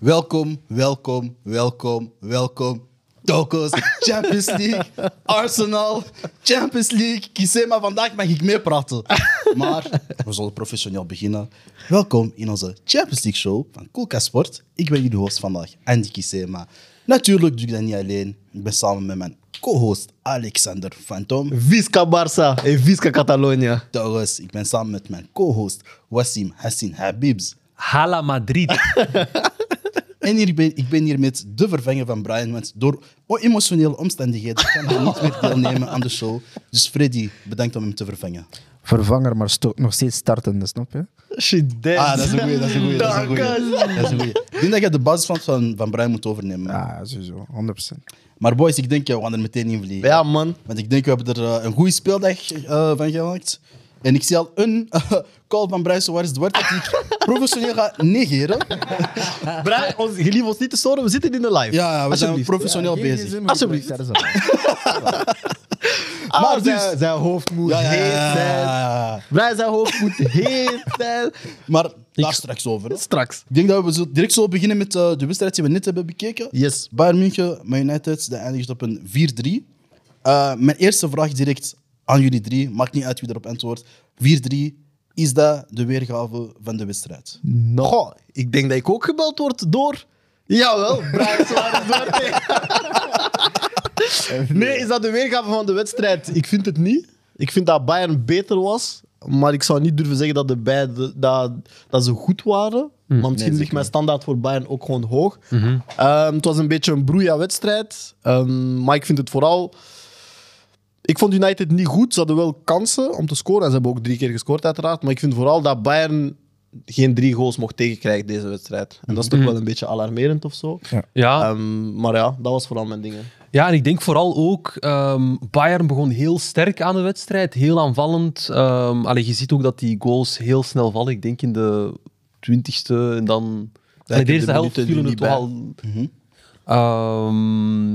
Welkom, welkom, welkom, welkom. Toko's, Champions League, Arsenal, Champions League. Kies maar vandaag mag ik meepraten. Maar we zullen professioneel beginnen. Welkom in onze Champions League show van Koolka Sport. Ik ben jullie host vandaag, Andy Kisema. Natuurlijk doe ik dat niet alleen. Ik ben samen met mijn co-host Alexander Phantom. Visca Barça en Visca Catalonië. Douglas, ik ben samen met mijn co-host Wassim Hassin Habibs. Hala Madrid. En hier ben, ik ben hier met de vervanger van Brian, want door emotionele omstandigheden kan hij niet meer deelnemen aan de show. Dus Freddy, bedankt om hem te vervangen. vervanger, maar sto- nog steeds startende, snap je? Shit, damn. Ah, dat is een goeie, dat is een goeie. Dat is een goeie. Douglas. Dat is een goeie. Ik denk dat je de basis van, van, van Brian moet overnemen. Ja, sowieso, 100%. Maar boys, ik denk, ja, we gaan er meteen in vliegen. Ja, man. Want ik denk, we hebben er eh, een goede speeldag eh, van gemaakt. En ik zie al een eh, call van Brian Suarez Duarte die ik professioneel ga negeren. Brian, ons, jullie ons niet te storen, we zitten in de live. Ja, we zijn Alsjeblieft. professioneel bezig. Alsjeblieft. Ah, maar dus- zijn, zijn hoofd moet Ja, ja, ja, heet ja, zijn. ja, ja. Brian, zijn hoofd moet heet zijn. Maar daar straks over. hè. Straks. Ik denk dat we zo direct zullen beginnen met eh, de wedstrijd die we net hebben bekeken. Yes. Bayern München, Man United, dat eindigt op een 4-3. Eh, mijn eerste vraag direct aan jullie drie, maakt niet uit wie erop antwoordt. 4-3, is dat de weergave van de wedstrijd? Goh, ik denk dat ik ook gebeld word door... Jawel, Brian Suarez Duarte. Nee, is dat de weergave van de wedstrijd? Ik vind het niet. Ik vind dat Bayern beter was. Maar ik zou niet durven zeggen dat, de beide, dat, dat ze goed waren. maar misschien ligt mijn standaard voor Bayern ook gewoon hoog. Ehm, het was een beetje een broeia wedstrijd. Ehm, maar ik vind het vooral... Ik vond United niet goed. Ze hadden wel kansen om te scoren. En ze hebben ook drie keer gescoord, uiteraard. Maar ik vind vooral dat Bayern geen drie goals mocht tegenkrijgen deze wedstrijd. En dat is toch wel een beetje alarmerend of zo. Ja. Ehm, maar ja, dat was vooral mijn dingen. ja, en ik denk vooral ook, ehm, Bayern begon heel sterk aan de wedstrijd, heel aanvallend. Ehm allee, je ziet ook dat die goals heel snel vallen. Ik denk in de twintigste en dan... ik In heb de eerste de helft minuten vielen er het niet Mhm. wel... Ehm,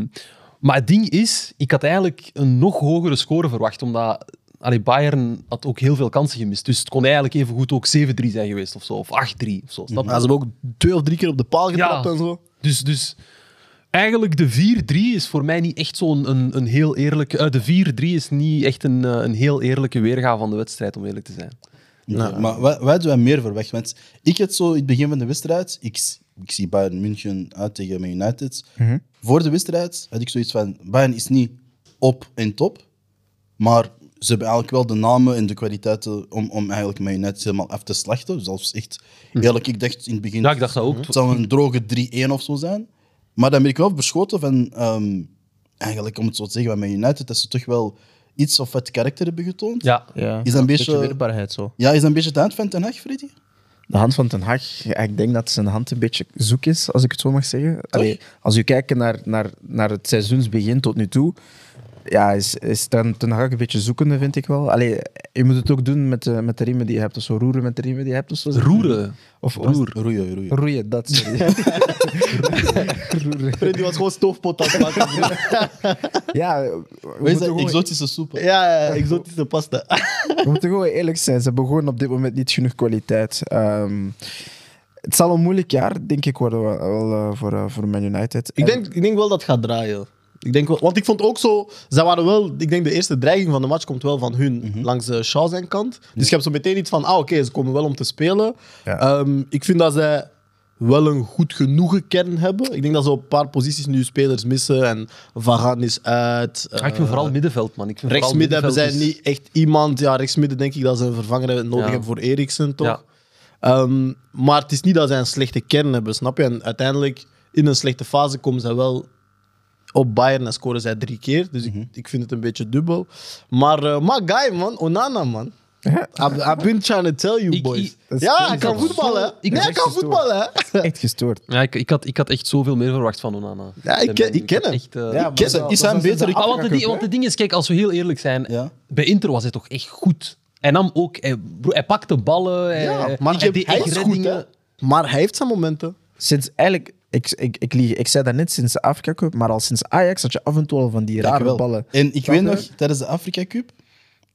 maar het ding is, ik had eigenlijk een nog hogere score verwacht, omdat... allee, Bayern had ook heel veel kansen gemist. Dus het kon eigenlijk even goed ook 7-3 zijn geweest of zo. Of 8-3 of zo. Snap je? Maar ze hebben ook twee of drie keer op de paal getrapt en zo. Dus, dus eigenlijk de 4-3 is voor mij niet echt zo'n een, een heel eerlijke... eh, de 4-3 is niet echt een, eh, een heel eerlijke weergave van de wedstrijd, om eerlijk te zijn. Oké, Maar waar, waar doen wij meer voor weg? Want ik had zo in het begin van de wedstrijd, ik, s- ik zie Bayern München uit tegen Man United. Voor de wedstrijd had ik zoiets van: Bayern is niet op en top, maar ze hebben eigenlijk wel de namen en de kwaliteiten om, om eigenlijk Man United helemaal af te slachten. Zelfs echt eerlijk, ik dacht in het begin: Ja, ik dacht dat ook. het zou een droge 3-1 of zo zijn. Maar dan ben ik wel beschoten van, ehm, eigenlijk om het zo te zeggen, bij Man United, dat ze toch wel iets of wat karakter hebben getoond. Ja. Ja. Is dat een beetje- weerbaarheid zo. Ja, is dat een beetje het eind van Ten Hag, Freddy? De hand van Ten Hag, ja, ik denk dat zijn hand een beetje zoek is, als ik het zo mag zeggen. Allee, als we kijken naar, naar, naar het seizoensbegin tot nu toe, ja, is, is Ten, Ten Hag een beetje zoekende, vind ik wel. Allee, je moet het ook doen met de, met de riemen die je hebt, of zo roeren met de riemen die je hebt. Of zo. Roeren. Of Roer. Roeien, roeien. Roeien, dat sorry. roeren. Freddy was gewoon stoofpot aan het maken. Ja, we Wat is moeten dat? gewoon- Exotische soep. hè? ja, ja, exotische pasta. We moeten gewoon eerlijk zijn. Ze hebben gewoon op dit moment niet genoeg kwaliteit. Ehm, het zal een moeilijk jaar, denk ik, worden wel, wel, eh, voor, eh, voor Man United. ik, denk, ik denk wel dat het gaat draaien. Ik denk wel, want ik vond ook zo, zij waren wel, ik denk de eerste dreiging van de match komt wel van hun, Mhm. langs de Shaw zijn kant. Dus je hebt zo meteen iets van, ah oké, ze komen wel om te spelen. Ja. Ehm, ik vind dat zij wel een goed genoegen kern hebben. Ik denk dat ze op een paar posities nu spelers missen en Varaan is uit. Ja, ik vind eh, vooral middenveld, man. Ik vind vooral Rechtsmidden hebben zij middenveld is- niet echt iemand. Ja, rechtsmidden denk ik dat ze een vervanger hebben- nodig Ja. hebben voor Eriksen, toch? Ja. Ehm, maar het is niet dat zij een slechte kern hebben, snap je? En uiteindelijk, in een slechte fase komen zij wel op Bayern en scoren zij drie keer. Dus ik, ik vind het een beetje dubbel. Maar, eh maar guy, man. Onana, man. I've, I've been trying to tell you, Ik- boys. ik- dat is ja, crazy, hij kan man. voetballen. hè? Ik- nee, hij ik- kan voetballen. hè? Echt gestoord. Ja, ik, ik, had, ik had echt zoveel meer verwacht van Onana. Ja, ik ken- ik ken had hem. Echt, eh, Ja, maar ken dat- hem. dat Is hij een was dus betere- de Ah, want, het ding, Afrika Cup, want het ding is, kijk, als we heel eerlijk zijn, Ja. bij Inter was hij toch echt goed. Hij nam ook, hij, broer, hij pakte ballen, hij, Ja, maar hij deed hij echt is goed, hè? reddingen. Maar hij heeft zijn momenten. hè. Sinds eigenlijk... Ik, ik, ik, lieg, ik zei dat net sinds de Afrika Cup, maar al sinds Ajax had je af en toe al van die rare Dankjewel. ballen. En ik Snap weet je? nog, tijdens de Afrika Cup,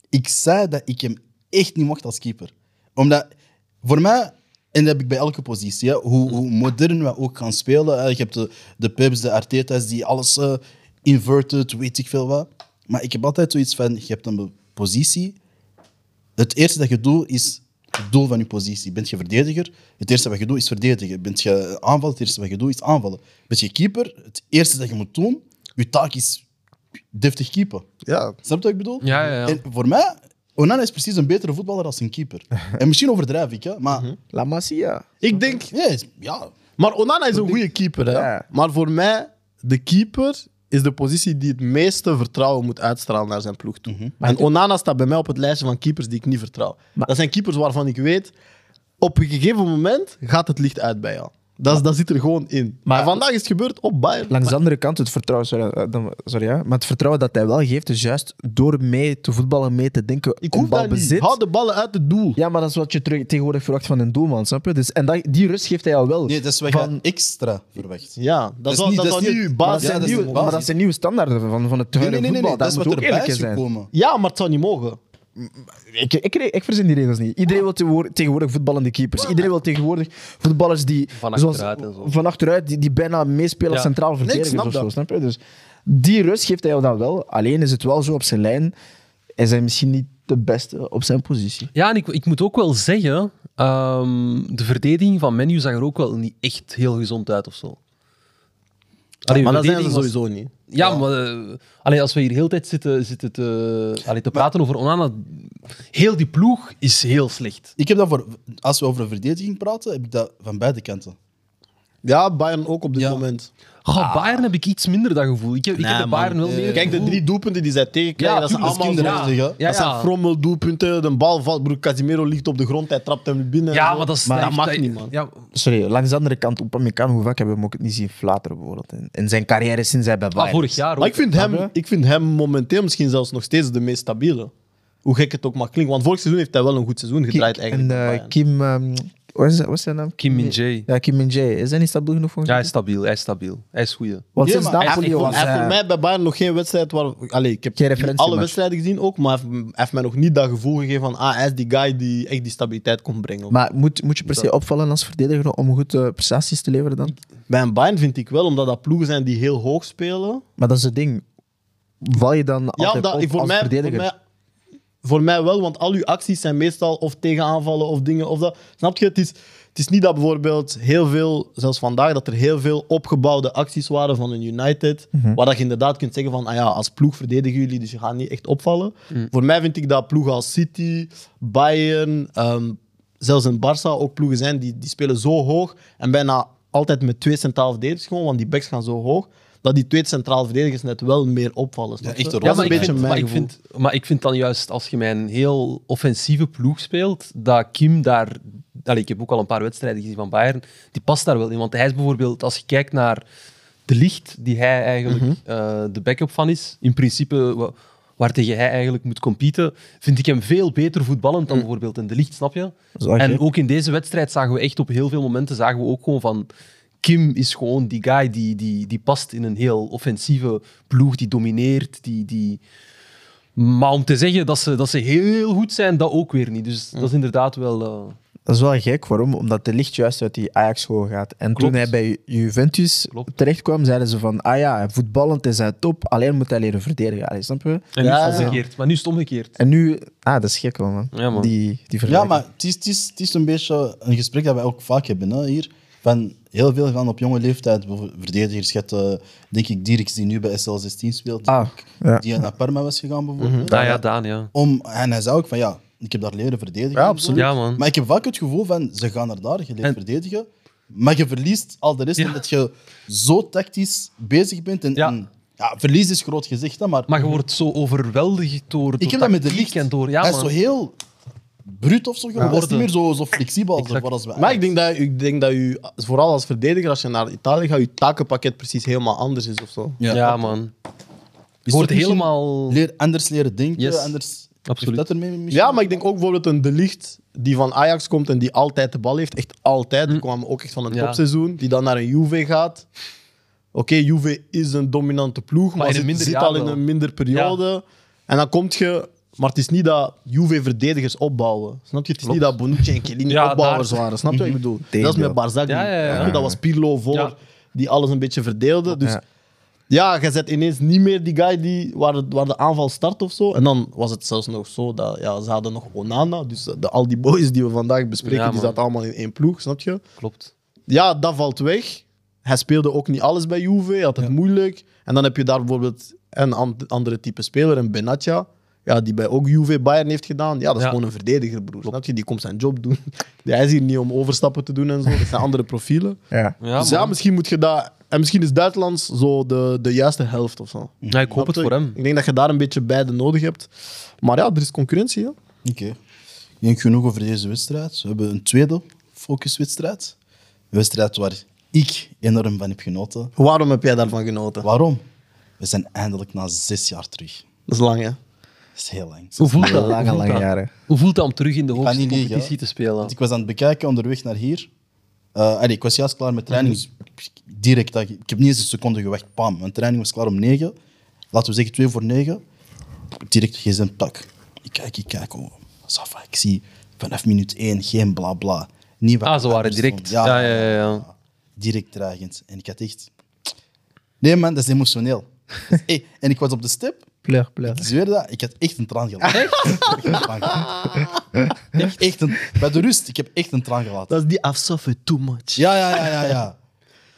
ik zei dat ik hem echt niet mocht als keeper. Omdat, voor mij, En dat heb ik bij elke positie. Hè. Hoe, hoe modern we ook gaan spelen. hè. Je hebt de, de Peps, de Arteta's, die alles eh, inverted, weet ik veel wat. Maar ik heb altijd zoiets van, je hebt een positie. Het eerste dat je doet, is het doel van je positie. Bent je verdediger? Het eerste wat je doet, is verdedigen. Bent je aanval? Het eerste wat je doet, is aanvallen. Bent je keeper? Het eerste dat je moet doen, je taak is deftig keeper. Ja, Snap je wat ik bedoel? Ja, ja, ja. En voor mij, Onana is precies een betere voetballer dan een keeper. en misschien overdrijf ik, hè, maar La Masia. ik denk... ja, is- ja, Maar Onana is een goede keeper. Hè? Ja. Maar voor mij, de keeper is de positie die het meeste vertrouwen moet uitstralen naar zijn ploeg toe. Mhm. En Onana staat bij mij op het lijstje van keepers die ik niet vertrouw. dat zijn keepers waarvan ik weet, op een gegeven moment gaat het licht uit bij jou. Dat, is- dat zit er gewoon in. Maar Maar- vandaag is het gebeurd op Bayern. Langs de andere kant, het vertrouwen, sorry, eh, dan- sorry ja, maar het vertrouwen dat hij wel geeft, is juist door mee te voetballen, mee te denken ik om hoef dat niet. balbezit. Hou de ballen uit het doel. Ja, maar dat is wat je terug- tegenwoordig verwacht van een doelman, snap je? Dus, en dat, die rust geeft hij jou wel. nee, dat is wat Van- je extra verwacht. Ja, dat, is is al- niet- dat is dat al is niet niet- uw maar, dat basis. Ja, zijn dat is nieuwe, de maar dat basis. zijn nieuwe standaarden van, van het Nee, nee, huidige nee, nee, voetbal. dat is moet wat ook erbij eerlijk is zijn. gekomen. Ja, maar het zou niet mogen. Ik, ik, ik verzin die regels niet. Iedereen wil tegenwoordig, tegenwoordig voetballende keepers. Iedereen wil tegenwoordig voetballers die... Van zoals- achteruit en zo. Van achteruit, die, die bijna meespelen als Ja. centraal ik verdedigers snap of zo, dat. snap je? Dus die rust geeft hij jou dan wel. Alleen is het wel zo op zijn lijn. Hij zijn misschien niet de beste op zijn positie. Ja, en ik, ik moet ook wel zeggen, ehm, de verdediging van Menu zag er ook wel niet echt heel gezond uit of zo. Allee, maar dat zijn ze verdediging was- sowieso niet. Ja, maar eh, allee, als we hier heel de tijd zitten, zitten te, allee, te praten over Onana, heel die ploeg is heel slecht. Ik heb dat voor, als we over een verdediging praten, heb ik dat van beide kanten. Ja, Bayern ook op dit Ja. moment. Goh, Bayern heb ik iets minder dat gevoel. Ik heb, ik heb Ah. Nee, de Bayern wel man. eh, meer. Kijk, de drie doelpunten die zij tegenkrijgen, Ja, dat zijn tuurlijk, dat allemaal is zo- kinderachtig, hè. Ja, dat ja. zijn frommel doelpunten. De bal valt, broer Casimiro ligt op de grond, hij trapt hem binnen. en ja, zo. maar dat, is, eh, dat heeft- mag niet, man. Ja, Sorry, langs de andere kant, Upamecano, hoe vaak hebben we hem ook niet zien flateren bijvoorbeeld. In, in zijn carrière sinds hij bij maar Bayern Ah, vorig is. jaar Maar ik ook. vind, hem, ik vind hem momenteel misschien zelfs nog steeds de meest stabiele. Hoe gek het ook mag klinken. Want vorig seizoen heeft hij wel een goed seizoen gedraaid En eigenlijk. bij eh, Bayern. Kim... ehm, wat, is, wat is zijn naam? Kim Min-jae. Ja, Kim Min-jae. Is hij niet stabiel genoeg voor Ja, hij is stabiel. Hij is stabiel. Hij is goeie. Want Ja, sinds maar hij- Napoli Hij was eh, heeft hij- voor mij bij Bayern nog geen wedstrijd waar... Allee, ik heb Geen referentie, alle maar- wedstrijden gezien ook, maar hij heeft- hij heeft mij nog niet dat gevoel gegeven van ah, hij is die guy die echt die stabiliteit komt brengen. Maar moet, moet je per se opvallen als verdediger om goede prestaties te leveren dan? bij een Bayern vind ik wel, omdat dat ploegen zijn die heel hoog spelen... Maar dat is het ding. Val je dan Ja, altijd omdat, op voor, als mij, voor, verdediger? mij, voor mij wel, want al uw acties zijn meestal of tegenaanvallen of dingen. Of dat. Snap je? Het is, het is niet dat bijvoorbeeld heel veel, zelfs vandaag, dat er heel veel opgebouwde acties waren van een United. Waar dat je inderdaad kunt zeggen van, ah ja, als ploeg verdedigen jullie, dus je gaat niet echt opvallen. Mhm. Voor mij vind ik dat ploegen als City, Bayern, ehm, zelfs in Barça ook ploegen zijn die, die spelen zo hoog en bijna altijd met twee centraal verdedigers gewoon, want die backs gaan zo hoog. Dat die twee centraal verdedigers net wel meer opvallen. snap je? echt een Dat is rol. een maar, ik beetje vind, mijn maar, ik gevoel. vind, maar ik vind dan juist, als je met een heel offensieve ploeg speelt, dat Kim daar... Allee, ik heb ook al een paar wedstrijden gezien van Bayern. Die past daar wel in. Want hij is bijvoorbeeld, als je kijkt naar de licht die hij eigenlijk eh, de backup van is, in principe wa- waartegen hij eigenlijk moet competen, vind ik hem veel beter voetballend dan bijvoorbeeld in de licht, snap je? is wel En gek. ook in deze wedstrijd zagen we echt op heel veel momenten zagen we ook gewoon van. Kim is gewoon die guy die, die, die past in een heel offensieve ploeg, die domineert. Die, die... Maar om te zeggen dat ze, dat ze heel goed zijn, dat ook weer niet. Dus dat is inderdaad wel. eh, Dat is wel gek. Waarom? Omdat de licht juist uit die Ajax-school gaat. En Klopt. toen hij bij Juventus Klopt. terechtkwam, zeiden ze van... Ah ja, voetballend is hij top. Alleen moet hij leren verdedigen. Allee, snap je? En nu Ja, is het ja. omgekeerd. Maar nu is het omgekeerd. En nu... Ah, dat is gek wel, man. Ja, man. Die, die Ja, vergelijking. maar het is, het, is, het is een beetje een gesprek dat wij ook vaak hebben hè, hier. Van heel veel gaan op jonge leeftijd, bijvoorbeeld verdedigers. Je hebt, eh, denk ik, Dierks die nu bij SL16 speelt, die, Ah, ja. die naar Parma was gegaan bijvoorbeeld. Ah ja, Daan, ja. Om, en hij zei ook van ja, ik heb daar leren verdedigen. Ja, en zo. absoluut. Ja, man. Maar ik heb vaak het gevoel van ze gaan er daar, je leert En- verdedigen. Maar je verliest al de rest Ja. omdat je zo tactisch bezig bent. En, Ja. en- ja, verlies is groot gezegd, hè, maar, Maar je wordt zo overweldigd door. door ik heb dat met de tactiek licht. en door. Ja, hij is man. zo heel bruut of zo geworden. Hij is niet meer zo, zo flexibel als, Exact. wat als we Maar ik denk dat, ik denk dat u, vooral als verdediger, als je naar Italië gaat, je takenpakket precies helemaal anders is of zo. Ja, man. Je wordt misschien- helemaal. Leer, anders leren denken, Yes. anders... Absoluut. heeft Dat ermee misschien? Ja, maar ik denk ook bijvoorbeeld een De Ligt die van Ajax komt en die altijd de bal heeft. Echt altijd. Die kwam ook echt van een Hm. Ja. topseizoen. Die dan naar een Juve gaat. Oké, Juve is een dominante ploeg, maar, in een zit, minder zit jaar al in wel. een minder periode. En dan kom je Maar het is niet dat Juve-verdedigers opbouwen. Snap je? Het is niet dat Bonucci en Chiellini Ja, opbouwers daar. Mhm. waren. Snap je wat ik bedoel? Tegendeel. Dat is met Barzagli. Ja, ja, ja. Snap je? Dat was Pirlo voor, Ja. die alles een beetje verdeelde. Dus Ja. ja, je zet ineens niet meer die guy die, waar, het- waar de aanval start of zo. En dan was het zelfs nog zo dat ja, ze hadden nog Onana. Dus de, al die boys die we vandaag bespreken, Ja, die man. zaten allemaal in één ploeg. Snap je? Klopt. ja, dat valt weg. Hij speelde ook niet alles bij Juve, hij had het moeilijk. En dan heb je daar bijvoorbeeld een an- andere type speler, een Benatia. Ja, die bij ook Juve Bayern heeft gedaan. Ja, dat is Ja. gewoon een verdediger, broer. Snap je? Die komt zijn job doen. Hij is hier niet om overstappen te doen en zo. Dat zijn andere profielen. Ja. Ja, dus ja, man. misschien moet je dat... En misschien is Duitslands zo de, de juiste helft of zo. Ja, ik hoop het voor hem. Ik denk dat je daar een beetje beide nodig hebt. Maar ja, er is concurrentie, hè. Oké. Ik denk genoeg over deze wedstrijd. We hebben een tweede focuswedstrijd. Een wedstrijd waar ik enorm van heb genoten. Waarom heb jij daarvan genoten? Waarom? We zijn eindelijk na zes jaar terug. Dat is lang, hè? Dat is heel lang. Hoe voelt dat? Hoe Lange, voelt lange dat? jaren. Hoe voelt dat om terug in de kan hoogste niet liegen, competitie hè. te spelen? Want ik was aan het bekijken onderweg naar hier. Eh, allee, ik was juist klaar met training. dus ik- Direct, dat, ik heb niet eens een seconde gewacht. Pam, mijn training was klaar om negen. Laten we zeggen twee voor negen. Direct gsm, tak. Ik kijk, ik kijk. Oh, Safa, ik zie vanaf minuut één geen bla bla. Niet wat Ah, ze waren er direct. stond. Ja, ja, ja. ja. direct dreigend. En ik had echt... Nee man, dat is emotioneel. Dat is- eh, en ik was op de step. Pleur, pleur. Ik zweer dat, ik had echt een traan gelaten. Echt? echt een, bij de rust, ik heb echt een traan gelaten. Dat is die afsoffen too much. Ja, ja, ja, ja. ja.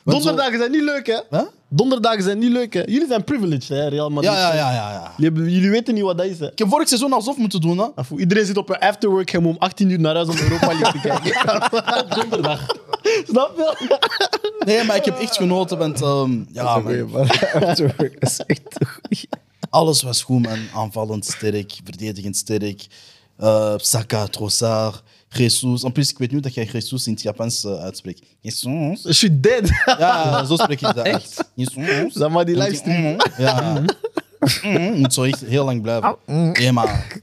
Want zo- Donderdagen zijn niet leuk, hè? Huh? Donderdagen zijn niet leuk, hè? Jullie zijn privileged, hè, Real Madrid. Ja, ja, ja, ja, ja. Jullie, hebben- jullie weten niet wat dat is, hè? Ik heb vorig seizoen alsof moeten doen, hè. Af- Iedereen zit op een afterwork, je moet om 18 uur naar huis om Europa League te kijken. Donderdag. Snap je? Nee, maar ik heb echt genoten, want... ehm, ja, man. Dat is echt Alles was goed, man. Aanvallend sterk, verdedigend sterk. Eh, Saka, Trossard, Jesus. En plus, ik weet nu dat jij Jesus in het Japans eh, uitspreekt. Jesus. She dead. Ja, zo spreek ik dat uit. Jesus. Zeg maar die Moet livestream. mm, Mm-hmm. Ja. Mm, moet zo echt heel lang blijven. Nee, maar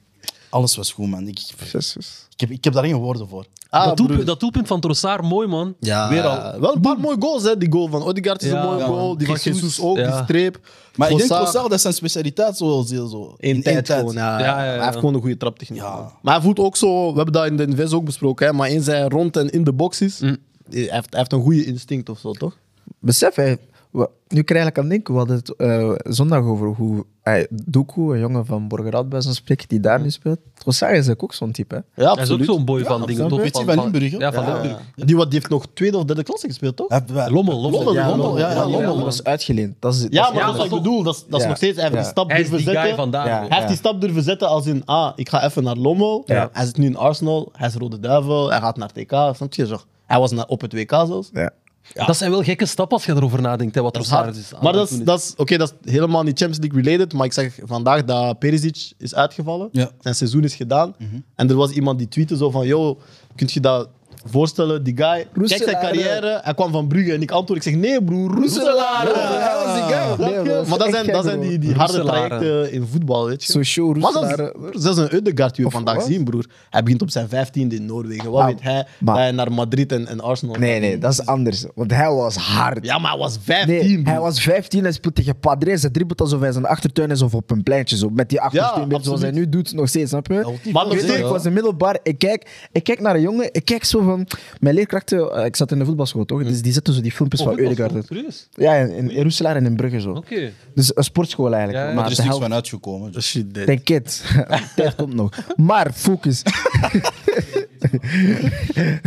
alles was goed, man. Ik, Jezus. ik, heb, ik heb daar geen woorden voor. Ah, dat, doelpunt, broer. dat doelpunt van Trossard, mooi man. Ja. Weer al. Eh, Wel een paar mooie goals, hè? Die goal van Odegaard is Ja, een mooie ja, goal. man. Die van Jesus, Jesus ook, die ja. streep. Maar ik denk Trossard, Trossard, dat is zijn specialiteit. Zo, zo, zo. In tijd gewoon, ja. Ja, ja, ja. Hij heeft gewoon een goede traptechniek. Ja. man. Maar hij voelt ook zo, we hebben dat in de invest ook besproken, hè, maar eens hij rond en in de box is, Mm. hij, heeft, hij heeft een goede instinct of zo, toch? Besef, hè, we- nu krijg ik aan het denken, we hadden het eh, zondag over hoe hey, Doku, een jongen van Borgerad bij zo'n spreken die daar nu speelt. Trossard is ook zo'n type. Hè. Ja, Hij is ook zo'n boy van dingen. absoluut. toch? Weet je, van Limburg, hè? Ja, van Ja. Limburg. Die, wat, die heeft nog tweede of derde klasse gespeeld, toch? Hij heeft- hij- Lommel, Lommel. Lommel, ja, Lommel, Lommel, ja, ja, ja, Die Lommel. Lommel. jongen was uitgeleend. Dat is, dat Ja, is- maar Ja, dat is wat dat ik is bedoel. Dat is, dat is Ja. nog steeds, hij heeft Ja. die stap Hij is durven die guy zetten. vandaag. Ja. bro. Hij heeft die stap durven zetten als in, ah, ik ga even naar Lommel. Ja. Hij zit nu in Arsenal, hij is Rode Duivel, hij gaat naar TK. Snap je? Zo. Hij was na- op het WK zelfs. ja. Dat zijn wel gekke stappen als je erover nadenkt, hè, wat Dat is Trossard hard. is. aan Maar het dat is, doen is. dat, is, oké, dat is helemaal niet Champions League related. Maar ik zeg vandaag dat Perisic is uitgevallen. Ja. Zijn seizoen is gedaan. En er was iemand die tweette zo van... Yo, kun je dat voorstellen? Die guy, kijk zijn Roeselare. carrière. Hij kwam van Brugge. En ik antwoord, ik zeg nee broer, Roeselaar. Hij was die guy. Nee, maar dat zijn, dat zijn die, die harde Roeselare. trajecten in voetbal, weet je. Zo show, maar dat Roeselare. is, dat is een Udegaard die we Of vandaag wat? zien, broer. Hij begint op zijn vijftiende in Noorwegen. Wat Maar- weet hij maar- dat hij naar Madrid en, en Arsenal Nee, gaat? nee, dat is anders. Want hij was hard. Ja, maar hij was Nee, vijftien, hij broer. was 15 en speelt tegen Padres. Hij dribbelt alsof hij in zijn achtertuin is of op een pleintje. Zo. Met die achtertuin, zoals hij absoluut. nu doet, nog steeds, snap je? wil niet veel Maar nog Ik weet zeggen, nog, ik steeds. hoor. was in middelbaar, ik kijk, ik kijk naar een jongen, ik kijk zo van... Mijn leerkrachten, eh, ik zat in de voetbalschool toch, dus die zetten zo die filmpjes Oh, van voetbal, Eudegaard uit. Serieus? Ja, in, in Roeselaar en in Brugge zo. Oké. Dus een sportschool eigenlijk. Ja, ja. Maar Maar er is de niks helft, van uitgekomen. Dus. Oh, Shit, dit. denk it, tijd komt nog. Maar, focus.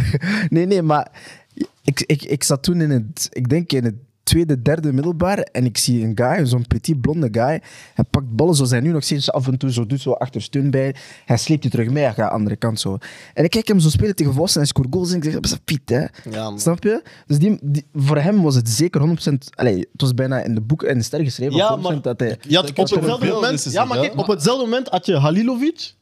nee, nee, maar ik, ik, ik zat toen in het, ik denk in het tweede, derde middelbaar en ik zie een guy, zo'n petit blonde guy, hij pakt ballen zoals hij nu nog steeds af en toe zo doet, zo achter steun bij, hij sleept die terug mee, hij gaat de andere kant zo. En ik kijk hem zo spelen tegen Vossen en hij scoort goals en ik zeg, dat is een Piet, hè. Ja, man. Snap je? Dus die, die- voor hem was het zeker 100%, allee, het was bijna in de boek en de ster geschreven, Ja, 100% maar- dat hij... Je had Dat op is toch hetzelfde een moment, beeldnis, ja, maar hè? kijk, op hetzelfde moment had je Halilovic.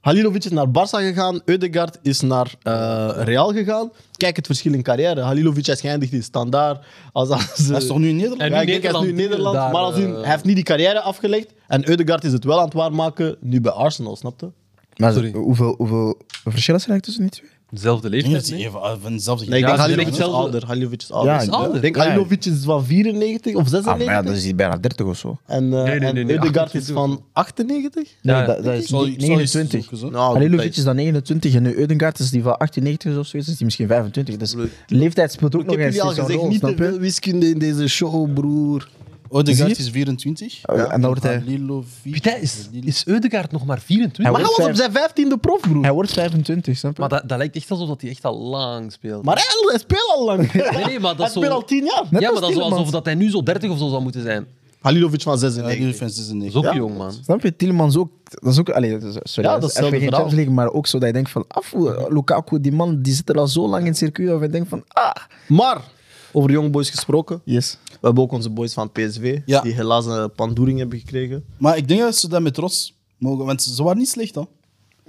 Halilovic is naar Barça gegaan, Eudegaard is naar eh, Real gegaan. Kijk het verschil in carrière. Halilovic is geëindigd in standaard. Als, als, Hij is toch nu in Nederland? En- ja, nu ik denk hij is nu in Nederland, Nederland, daar, maar als in- eh, hij heeft niet die carrière afgelegd. En Eudegaard is het wel aan het waarmaken nu bij Arsenal, snapte? Maar Sorry. hoeveel, hoeveel verschil is er eigenlijk tussen die twee? Dezelfde Ik denk leeftijd. dat hij nee? even ah, van dezelfde Nee, ik Ja, denk ze Halilovic is zijn hetzelfde. ouder. Halilovic is hij ouder. is ouder. Ik denk Ja, ja. Halilovic is van 94 of Ah, maar 96. ja, dat is hij bijna 30 of zo. En, eh nee, en nee, nee, Ødegaard is 28. van 98? Ja, Nee, ja. dat, dat is Zal- niet- zal je 29. zoeken, zo? Nou, Halilovic is dan 29 en nu Eudengaard is die van 98 of zoiets, is die misschien 25. Dus leeftijd speelt ook Ik nog heb eens jullie al een gezegd, rol, niet te snap je? veel wiskunde in deze show, broer. Odegaard Zie je? Oh, is 24. Ja, en dan wordt hij- Halilovic. Pieter, is, is Eudegaard nog maar 24? Maar wordt hij was op vijf- zijn 15e prof, broer. Hij wordt 25, snap je? Maar dat, dat lijkt echt alsof dat hij echt al lang speelt. Maar hij, hij speelt al lang. nee, nee, maar dat hij is zo- speelt al 10 jaar. Net ja, als maar dat is wel Tielemans. alsof dat hij nu zo 30 of zo zou moeten zijn. Halilovic van Ja, 96. Halilovic is Dat 96. is ook Ja. jong, man. Snap je? Tielemans ook. Dat is ook. Allee, dat is- sorry, Ja, dat dat is is hetzelfde even geen verhaal. Champions League, maar ook zo dat je denkt van. Af, Lukaku, die man, die zit er al zo lang in het circuit. Dat je denkt van. Ah, Maar, over jonge boys gesproken. yes. We hebben ook onze boys van PSV, Ja. die helaas een pandoering hebben gekregen. Maar ik denk dat ze dat met trots mogen, want ze waren niet slecht, hoor.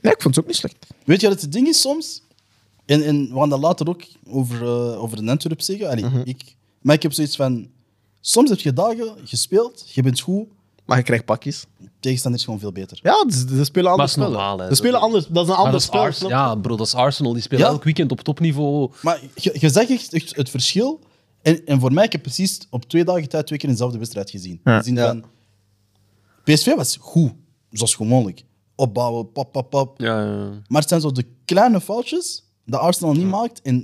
Nee, ik vond het ook niet slecht. Weet je wat het ding is soms? En, en we gaan dat later ook over, eh over de Antwerp zeggen. Allee, ik, maar ik heb zoiets van... Soms heb je dagen gespeeld, je bent goed, Maar je krijgt pakjes. tegenstander is gewoon veel beter. Ja, ze, ze spelen anders. is normaal, spellen. hè. Ze spelen Dat- anders. Dat is een Maar ander dat is spel. Ars- snap je? ja, bro, dat is Arsenal. Die spelen Ja. elk weekend op topniveau. Maar je, je zegt echt, echt het verschil. En, en voor mij, ik heb precies op twee dagen tijd twee keer dezelfde wedstrijd gezien. Ja. In de zin van, PSV was goed, zoals gewoonlijk. Opbouwen, pap, pap, pap. Ja, ja. Maar het zijn zo de kleine foutjes dat Arsenal niet maakt. En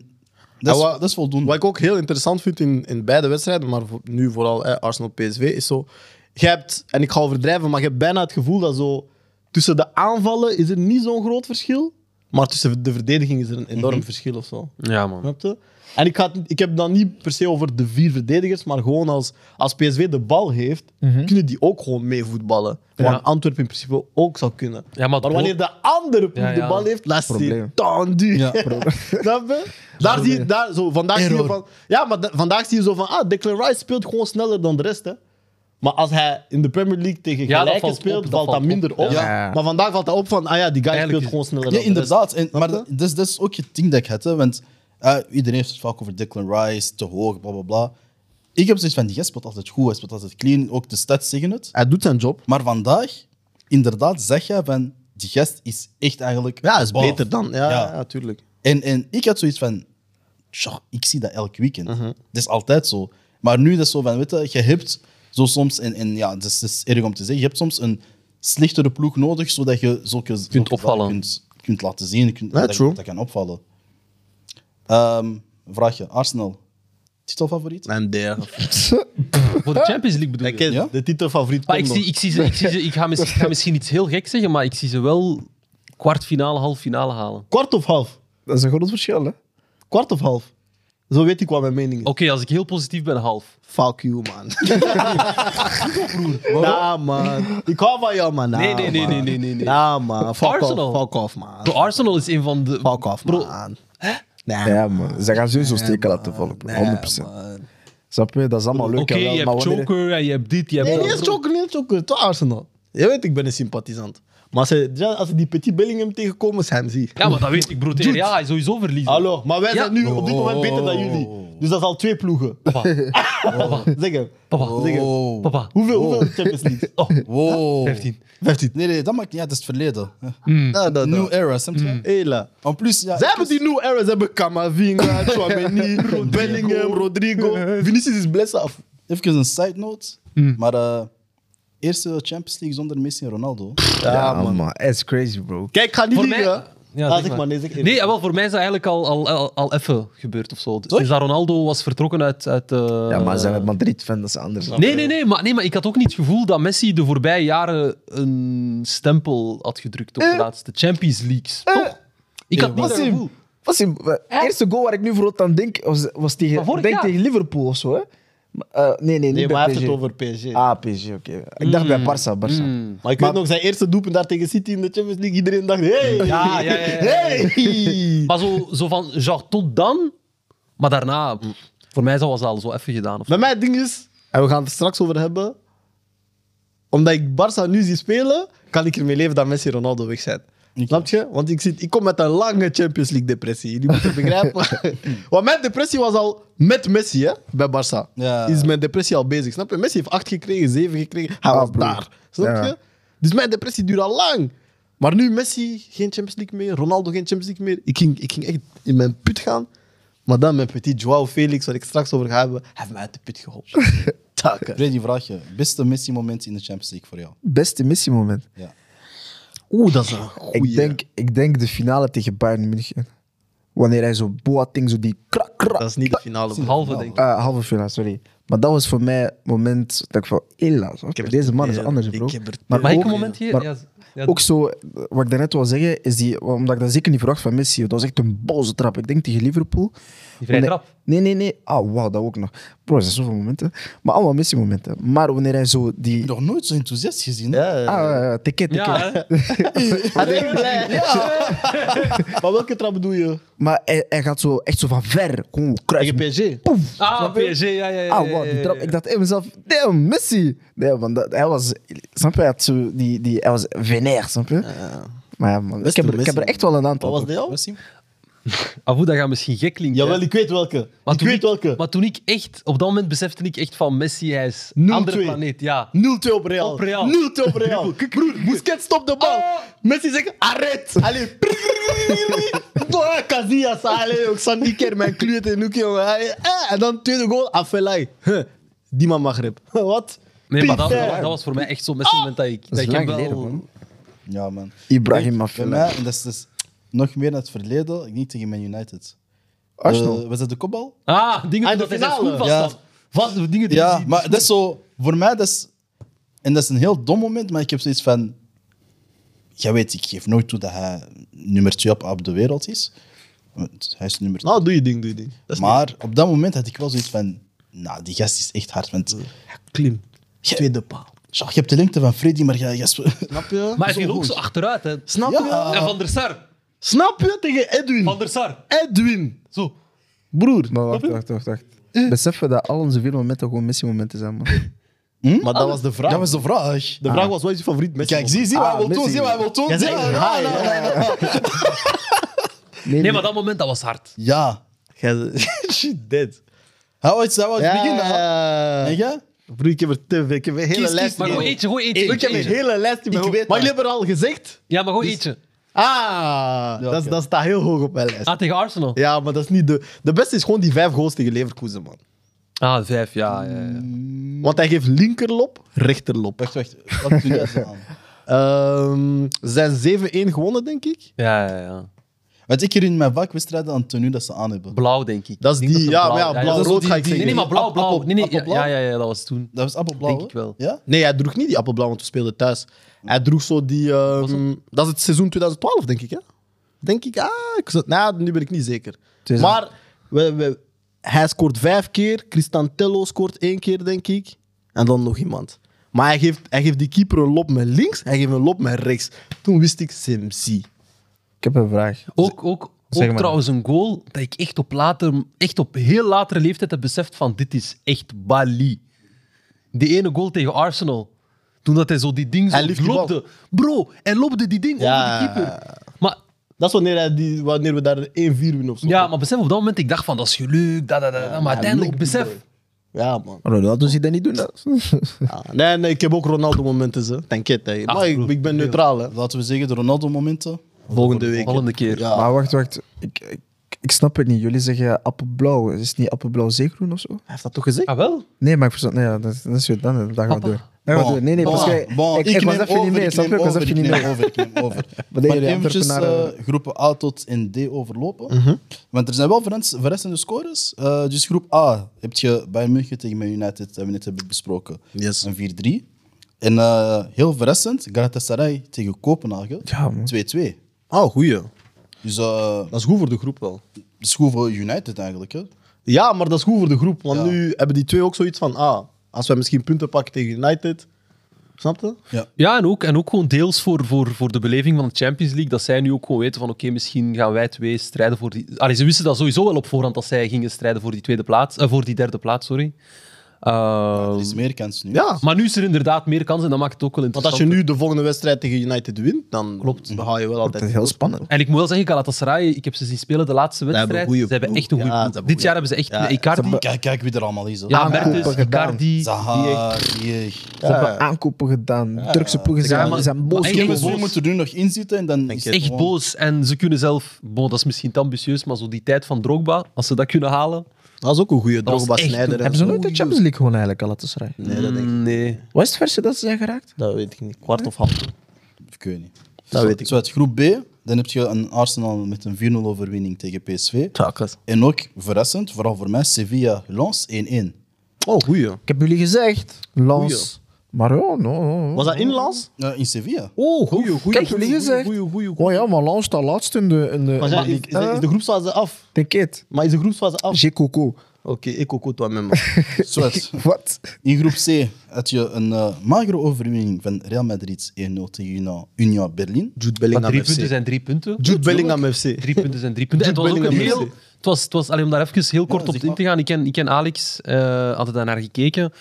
dat is, Ja, wa- dat is voldoende. Wat ik ook heel interessant vind in, in beide wedstrijden, maar voor- nu vooral hè, Arsenal-PSV, is zo... Je hebt, en ik ga overdrijven, maar je hebt bijna het gevoel dat zo... Tussen de aanvallen is er niet zo'n groot verschil. Maar tussen de verdediging is er een enorm Mhm. verschil of zo. ja, man. Snap je? En ik, ga het- ik heb het dan niet per se over de vier verdedigers, maar gewoon als, als PSV de bal heeft, kunnen die ook gewoon meevoetballen. Wat Mhm. Ja. Antwerpen in principe ook zou kunnen. Ja, maar het maar wanneer de andere ploeg Ja, ja. de bal heeft, laat ze Probleem. tendu. Ja, Snap je? Daar zie je, daar, zo, vandaag zie je Error. van, ja, maar da- vandaag zie je zo van, ah, Declan Rice speelt gewoon sneller dan de rest, hè. Maar als hij in de Premier League tegen Ja, dat gelijke valt op, speelt, dat valt dat valt op. minder op. Ja. Maar vandaag valt dat op van, ah ja, die guy Eigenlijk speelt is- gewoon sneller Ja, dan de rest. inderdaad. En, maar Snap je? dat is, dat is ook het ding dat ik had. Hè, want eh, iedereen heeft het vaak over Declan Rice, te hoog, bla bla bla. Ik heb zoiets van, die gast speelt altijd goed, hij speelt altijd clean. Ook de stats zeggen het. Hij doet zijn job. Maar vandaag, inderdaad, zeg je van, die gast is echt eigenlijk... Ja, is above. beter dan. Ja, Ja. ja. tuurlijk. En, en ik had zoiets van, tja, ik zie dat elk weekend. Dat is altijd zo. Maar nu dat is zo van, weet je, je hebt zo soms, en, en ja, dat is, dat is erg om te zeggen, je hebt soms een slechtere ploeg nodig, zodat je zulke kunt opvallen. kunt, kunt laten zien, kunt, Ja, dat, true. dat kan opvallen. Ehm vraagje, Arsenal, titelfavoriet? En derde. Voor de Champions League bedoel Ik je? ken Ja? de titelfavoriet. Maar ik komt zie, ik, zie ze, ik, zie ze, ik, ga misschien, ik ga misschien iets heel gek zeggen, maar ik zie ze wel kwartfinale, halffinale halen. nog. Kwart of half? Dat is een groot verschil, hè? Kwart of half? Zo weet ik wat mijn mening is. Oké, als ik heel positief ben, half. Fuck you, man. nah, man. Ik hou van jou, man. Nah, Nee, nee, nee, man. nee, nee, nee, nee. Nah, man. Fuck Arsenal. off, fuck off, man. Bro, Arsenal is een van de... Ah, Fuck off, Bro, man. Nah, Ja, man. Ze gaan sowieso steken laten vallen, bro. 100%. Snap je? Dat is allemaal leuk. Oké, en wel, je maar hebt wanneer- Joker en je hebt dit, je hebt Nee, dat, niet eens bro. choker, niet eens choker. Het is Arsenal. Je weet, ik ben een sympathisant. Maar als ze- ja, als ze die Petit Bellingham tegenkomen, is hij hem zie. Ja, maar dat weet ik, bro. Tegen Dude. Ja, hij sowieso verliezen. Hallo, maar wij Ja. zijn nu op dit moment beter dan jullie. Dus dat is al twee ploegen. Papa, Zeg hem. papa, Zeg hem. Oh. papa. Hoeveel, hoeveel Champions League? Oh, Wow. 15. 15. Nee, nee, dat maakt niet uit, dat is het verleden. Nou, dat New era, snap je? Hela. En plus, ja, Ze hebben die new eras. Ze hebben Kamavinga, Chouameni, Bellingham, Rodrigo. Vinicius is blessed af. Even een side note, maar eh, eerste Champions League zonder Messi en Ronaldo. Ja, man. It's crazy, bro. Kijk, ik ga niet Voor mij- liegen. Ja, ah, zeg zeg maar. maar. Nee, zeg eerlijk. Nee, wel, voor mij is dat eigenlijk al, al, al, al even gebeurd of zo. Sinds dat Ronaldo was vertrokken uit... uit eh, Ja, maar ze zijn Madrid-fan, dat is anders. Nee, nee, nee maar, nee, maar ik had ook niet het gevoel dat Messi de voorbije jaren een stempel had gedrukt op de laatste Champions Leagues. Toch? Ik had niet dat Wassim, gevoel. Wassim, de eerste goal waar ik nu vooral aan denk, was, was Van tegen, vorig ik denk jaar? tegen Liverpool of zo. Hè? Maar, eh, nee, Nee, nee, niet maar hij bij heeft het PSG. over Mm. PSG. Ah, PSG, oké. Ik dacht bij Barça, Barça. Maar ik weet nog, zijn eerste doelpunt daar tegen City in de Champions League. Iedereen dacht, hey. Ja, ja, ja, ja. Hey. Maar zo, zo van, genre, tot dan. Maar daarna, pff, voor mij was dat al zo even gedaan. Of zo. Bij mij het ding is, en we gaan het er straks over hebben, omdat ik Barça nu zie spelen, kan ik ermee leven dat Messi en Ronaldo weg zijn. Snap je? Want ik, zit, ik kom met een lange Champions League depressie. Jullie moeten begrijpen. Want mijn depressie was al met Messi hè, bij Barça. Ja. Is mijn depressie al bezig. Snap je? Messi heeft acht gekregen, zeven gekregen. Hij Ah, was broer. daar. Snap Ja. je? Dus mijn depressie duurt al lang. Maar nu Messi geen Champions League meer, Ronaldo geen Champions League meer. Ik ging, ik ging echt in mijn put gaan. Maar dan mijn petit Joao Felix, waar ik straks over ga hebben, heeft mij uit de put geholpen. Takken. Brady, vraag je. Beste Messi-moment in de Champions League voor jou? Beste missiemoment. Ja. Oeh, dat is een goeie. Ik denk, ik denk de finale tegen Bayern München. Wanneer hij zo Boateng, zo die krak, krak. dat is niet de finale. Nou, bro. Halve, denk ik. Eh, halve finale, sorry. Maar dat was voor mij het moment dat ik van, helaas, hoor. heb er deze man is tenen. anders, Ik bro. heb er Mag ik ook- een moment hier? maar ja, z- ja, Ook zo, eh, wat ik daarnet wil zeggen, is die, omdat ik dat zeker niet verwacht van Messi, dat was echt een boze trap. Ik denk tegen Liverpool. die vrije Wanneer- trap. Nee, nee, nee. Ah, wauw, dat ook nog. Bro, er zijn zoveel momenten. Maar allemaal Messi-momenten. Maar wanneer hij zo die... Ik heb nog nooit zo enthousiast gezien. hè? Ja, ja, ja. Ah, ja, ja, tikke, tikke. Ja, hè? Hij is echt blij. maar welke trap bedoel je? Maar hij, hij gaat zo, echt zo van ver. Kom, kruis. Tegen PSG. Poef. Ah, PSG, ja, ja, ja. Ah, ja, wow, ja, die ja, trap. ja. Ik dacht in mezelf, damn, Messi. Nee, want dat, hij was, snap je, hij, had zo die, die, hij was veneer, snap je? Maar ja, man, ik, Beste heb er, ik heb er Messi. echt wel een aantal. Wat was de jou? Messi? Avoe, dat gaat misschien gek klinken. hè. Jawel, ik weet welke. Maar ik toen weet welke. Maar toen ik echt, op dat moment besefte ik echt van Messi, hij is 0-2. andere planeet. Ja. 0-2 op Real. Op Real. 0-2 op Real. Broer, Busquets stopt de bal. Oh. Messi zegt, arrête. Allee. Door Casillas. Allee, ook San Iker, mijn kluwet en hoek, jongen. Allee, eh. En dan tweede goal, Afelai. Huh. Die man Maghreb. Wat? Nee, maar dat, Pieter. dat was voor mij echt zo'n Messi-moment dat ik, dat is ik hem lang wel... geleden, man. Ja, man. Ibrahim Bij Afellay. mij, en dat is dus nog meer naar het verleden, ik niet tegen Man United. Arsenal. Eh, was dat de kopbal? Ah, dingen Ah, die de dat hij zijn finale. schoen vast Ja. had. Vast, dingen die Ja, hij- maar dat is zo... Voor mij, dat is... En dat is een heel dom moment, maar ik heb zoiets van... Jij weet, ik geef nooit toe dat hij nummer 2 op, op de wereld is. Want Hij is nummer Nou, doe je ding, doe je ding. Dat is Maar op dat moment had ik wel zoiets van... Nou, die gast is echt hard. Want, klim. Tweede paal. ja, je hebt de lengte van Freddy, maar jij... jij is- Snap je? Maar hij viel ook zo achteruit, hè. Snap Ja. je? En Van der Sar. Snap je tegen Edwin? Van der Sar. Edwin. Zo. Broer. Maar wacht, wacht, wacht. wacht. Beseffen dat al onze vier momenten gewoon Messi-momenten zijn, man. Maar dat was de vraag. Dat was de vraag. De vraag was, wat is je favoriet Messi? Kijk, zie, zie Ah, wat hij wil Messi. doen, zie wat hij wil doen. Jij zie zei wat hij- hi, ja, ja, ja, ja. Nee, maar dat moment, dat was hard. Ja. Jij- Shit, dead. Hij was hij was beginnen. hè. En jij? Broer, ik heb er te veel. Ik heb een hele Kies, lijst. kies, Maar hier. gewoon eentje, gewoon eentje. ik heb eentje, een eentje. hele lijst. in mijn Ik hoofd. weet maar dat. jullie hebben er al gezegd. Ja, maar gewoon Dus- eentje. Ah, dat, oké. dat staat heel hoog op mijn lijst. Ah, tegen Arsenal. Ja, maar dat is niet de... De beste is gewoon die vijf goals tegen Leverkusen, man. Ah, vijf, ja. ja, ja. Want hij geeft linkerlop, rechterlop. Wacht, wacht. Wat doe jij zo aan? Ehm, ze zijn 7-1 gewonnen, denk ik. Ja, ja, ja. Want ik hier in mijn vak wedstrijden aan het tenue dat ze aan hebben. Blauw, denk ik. Dat is Ik denk die- ze ja, maar ja, dat is blauw-rood die- ga ik die- zeggen. Nee, nee, maar blauw, Appel- blauw. Nee, nee, ja, appelblauw? ja, ja, ja, dat was toen. Dat was appelblauw. Denk hè? ik wel. Ja? Nee, hij droeg niet die appelblauw, want we speelden thuis. Hij droeg zo die... ehm, dat is het seizoen 2012, denk ik, hè? Denk ik. Ah, ik zou- nou, nu ben ik niet zeker. Maar we, we- hij scoort vijf keer. Cristantello scoort één keer, denk ik. En dan nog iemand. Maar hij geeft, hij geeft die keeper een lop met links. Hij geeft een lop met rechts. Toen wist ik Simsi. Ik heb een vraag. Dus Ook, ook, Zeg ook maar. trouwens een goal dat ik echt op, later, echt op heel latere leeftijd heb beseft van dit is echt Bali. Die ene goal tegen Arsenal. Toen dat hij zo die ding zo Hij liep die lopte. Bro, hij lopte die ding Ja. over de keeper. Maar, Dat is wanneer, hij die, wanneer we daar 1-4 winnen of zo. ja, maar besef, op dat moment ik dacht van dat is geluk. Dat, dat, dat, dat. maar uiteindelijk loopt die besef... Ja, man. Ronaldo ziet dat niet doen. Dat. Ja. Nee, nee, ik heb ook Ronaldo-momenten. hè. Dank je. hè. Ah, Maar ik, broer. ik ben neutraal, hè. Laten we zeggen, de Ronaldo-momenten. Volgende week. Volgende keer. Ja. Maar wacht, wacht. Ik, ik, ik snap het niet. Jullie zeggen appelblauw. Is het niet appelblauw zeegroen of zo? Hij heeft dat toch gezegd? Ah, wel? Nee, maar ik verstand. Nee, ja, dat, dat is weer dan. Dan gaan we Papa. door. Dan gaan we Bon, door. Nee, nee, bon, pas jij- bon, ik, ik, was neem even niet mee. ik Snap je? neem Ik was over, even ik niet neem mee. over, ik neem over. Wat maar deden jullie eventjes Antwerpenaren? eh, groepen A tot en D overlopen. Mhm. Want er zijn wel verrens- verrassende scores. Eh, dus groep A heb je Bayern München tegen Man United, dat we net hebben besproken. Yes. Een 4-3. En eh, heel verrassend, Galatasaray tegen Kopenhagen. Ja, man. 2-2. Oh, goeie. Dus eh Dat is goed voor de groep wel. dat is goed voor United eigenlijk. Hè? Ja, maar dat is goed voor de groep. Want Ja. nu hebben die twee ook zoiets van... Ah, als wij misschien punten pakken tegen United... Snap je? Ja, en ook, en ook gewoon deels voor, voor, voor de beleving van de Champions League. Dat zij nu ook gewoon weten van oké, misschien gaan wij twee strijden voor die... Allee, ze wisten dat sowieso wel op voorhand dat zij gingen strijden voor die, tweede plaats, eh, voor die derde plaats. Sorry. Ehm, Er is meer kans nu. Ja, maar nu is er inderdaad meer kans en dat maakt het ook wel want als je interessant. nu de volgende wedstrijd tegen United wint, dan Klopt. ga je wel Dat altijd... is heel spannend. En ik moet wel zeggen, Galatasaray, ik heb ze zien spelen de laatste hebben wedstrijd. goeie ze hebben ploeg. echt een goede Ja, ze ploeg. hebben Dit goeie- jaar hebben ze echt Ja, een Icardi. hebben- Kijk, kijk wie er allemaal is. hoor. Ja, aankopen Mertens, gedaan. Icardi. Zaha, Ziyech. Ze hebben aankopen gedaan. Turkse ploegen zijn, maar- zijn maar boos. echt Misschien boos. we zo moeten nu nog inzitten en dan is het echt gewoon- boos. En ze kunnen zelf, bon, dat is misschien te ambitieus, maar zo die tijd van Drogba, als ze dat kunnen halen. Dat is ook een goede Dat was Drogba echt Sneijder. toen- en Hebben ze zo. nooit de Champions League gewoon eigenlijk al laten schrijven? Nee, dat denk ik. Nee. Wat is het verste dat ze zijn geraakt? Dat weet ik niet. Kwart of half. Ik weet niet. Dat weet ik. Zo uit groep B, dan heb je een Arsenal met een 4-0 overwinning tegen PSV. En ook verrassend, vooral voor mij, Sevilla Lens 1-1. Oh, goeie. Ik heb jullie gezegd. Lans. Maar ja, no, no. Was dat inlands? Eh, in Sevilla. Oh, goeie, goeie. Kijk, jullie gezegd. Oh ja, maar Lans staat laatst in de... In de Maar ja, is, is, is de groepsfase af? Denk het. Maar is de groepsfase af? J'ai coco. Oké, ik ook toi même. Zo uit. Wat? In groep C had je een eh, magere overwinning van Real Madrid 1-0 tegen Union- Union Berlin. Jude Maar Bellingham drie FC. punten zijn drie punten. Jude Bellingham FC. Drie punten zijn drie punten. En het was ook een Bellingham heel... is dit. Het was, het was, allee, om daar even heel kort Ja, op zeg in te gaan. Ik ken, ik ken Alex, eh had er daar naar gekeken.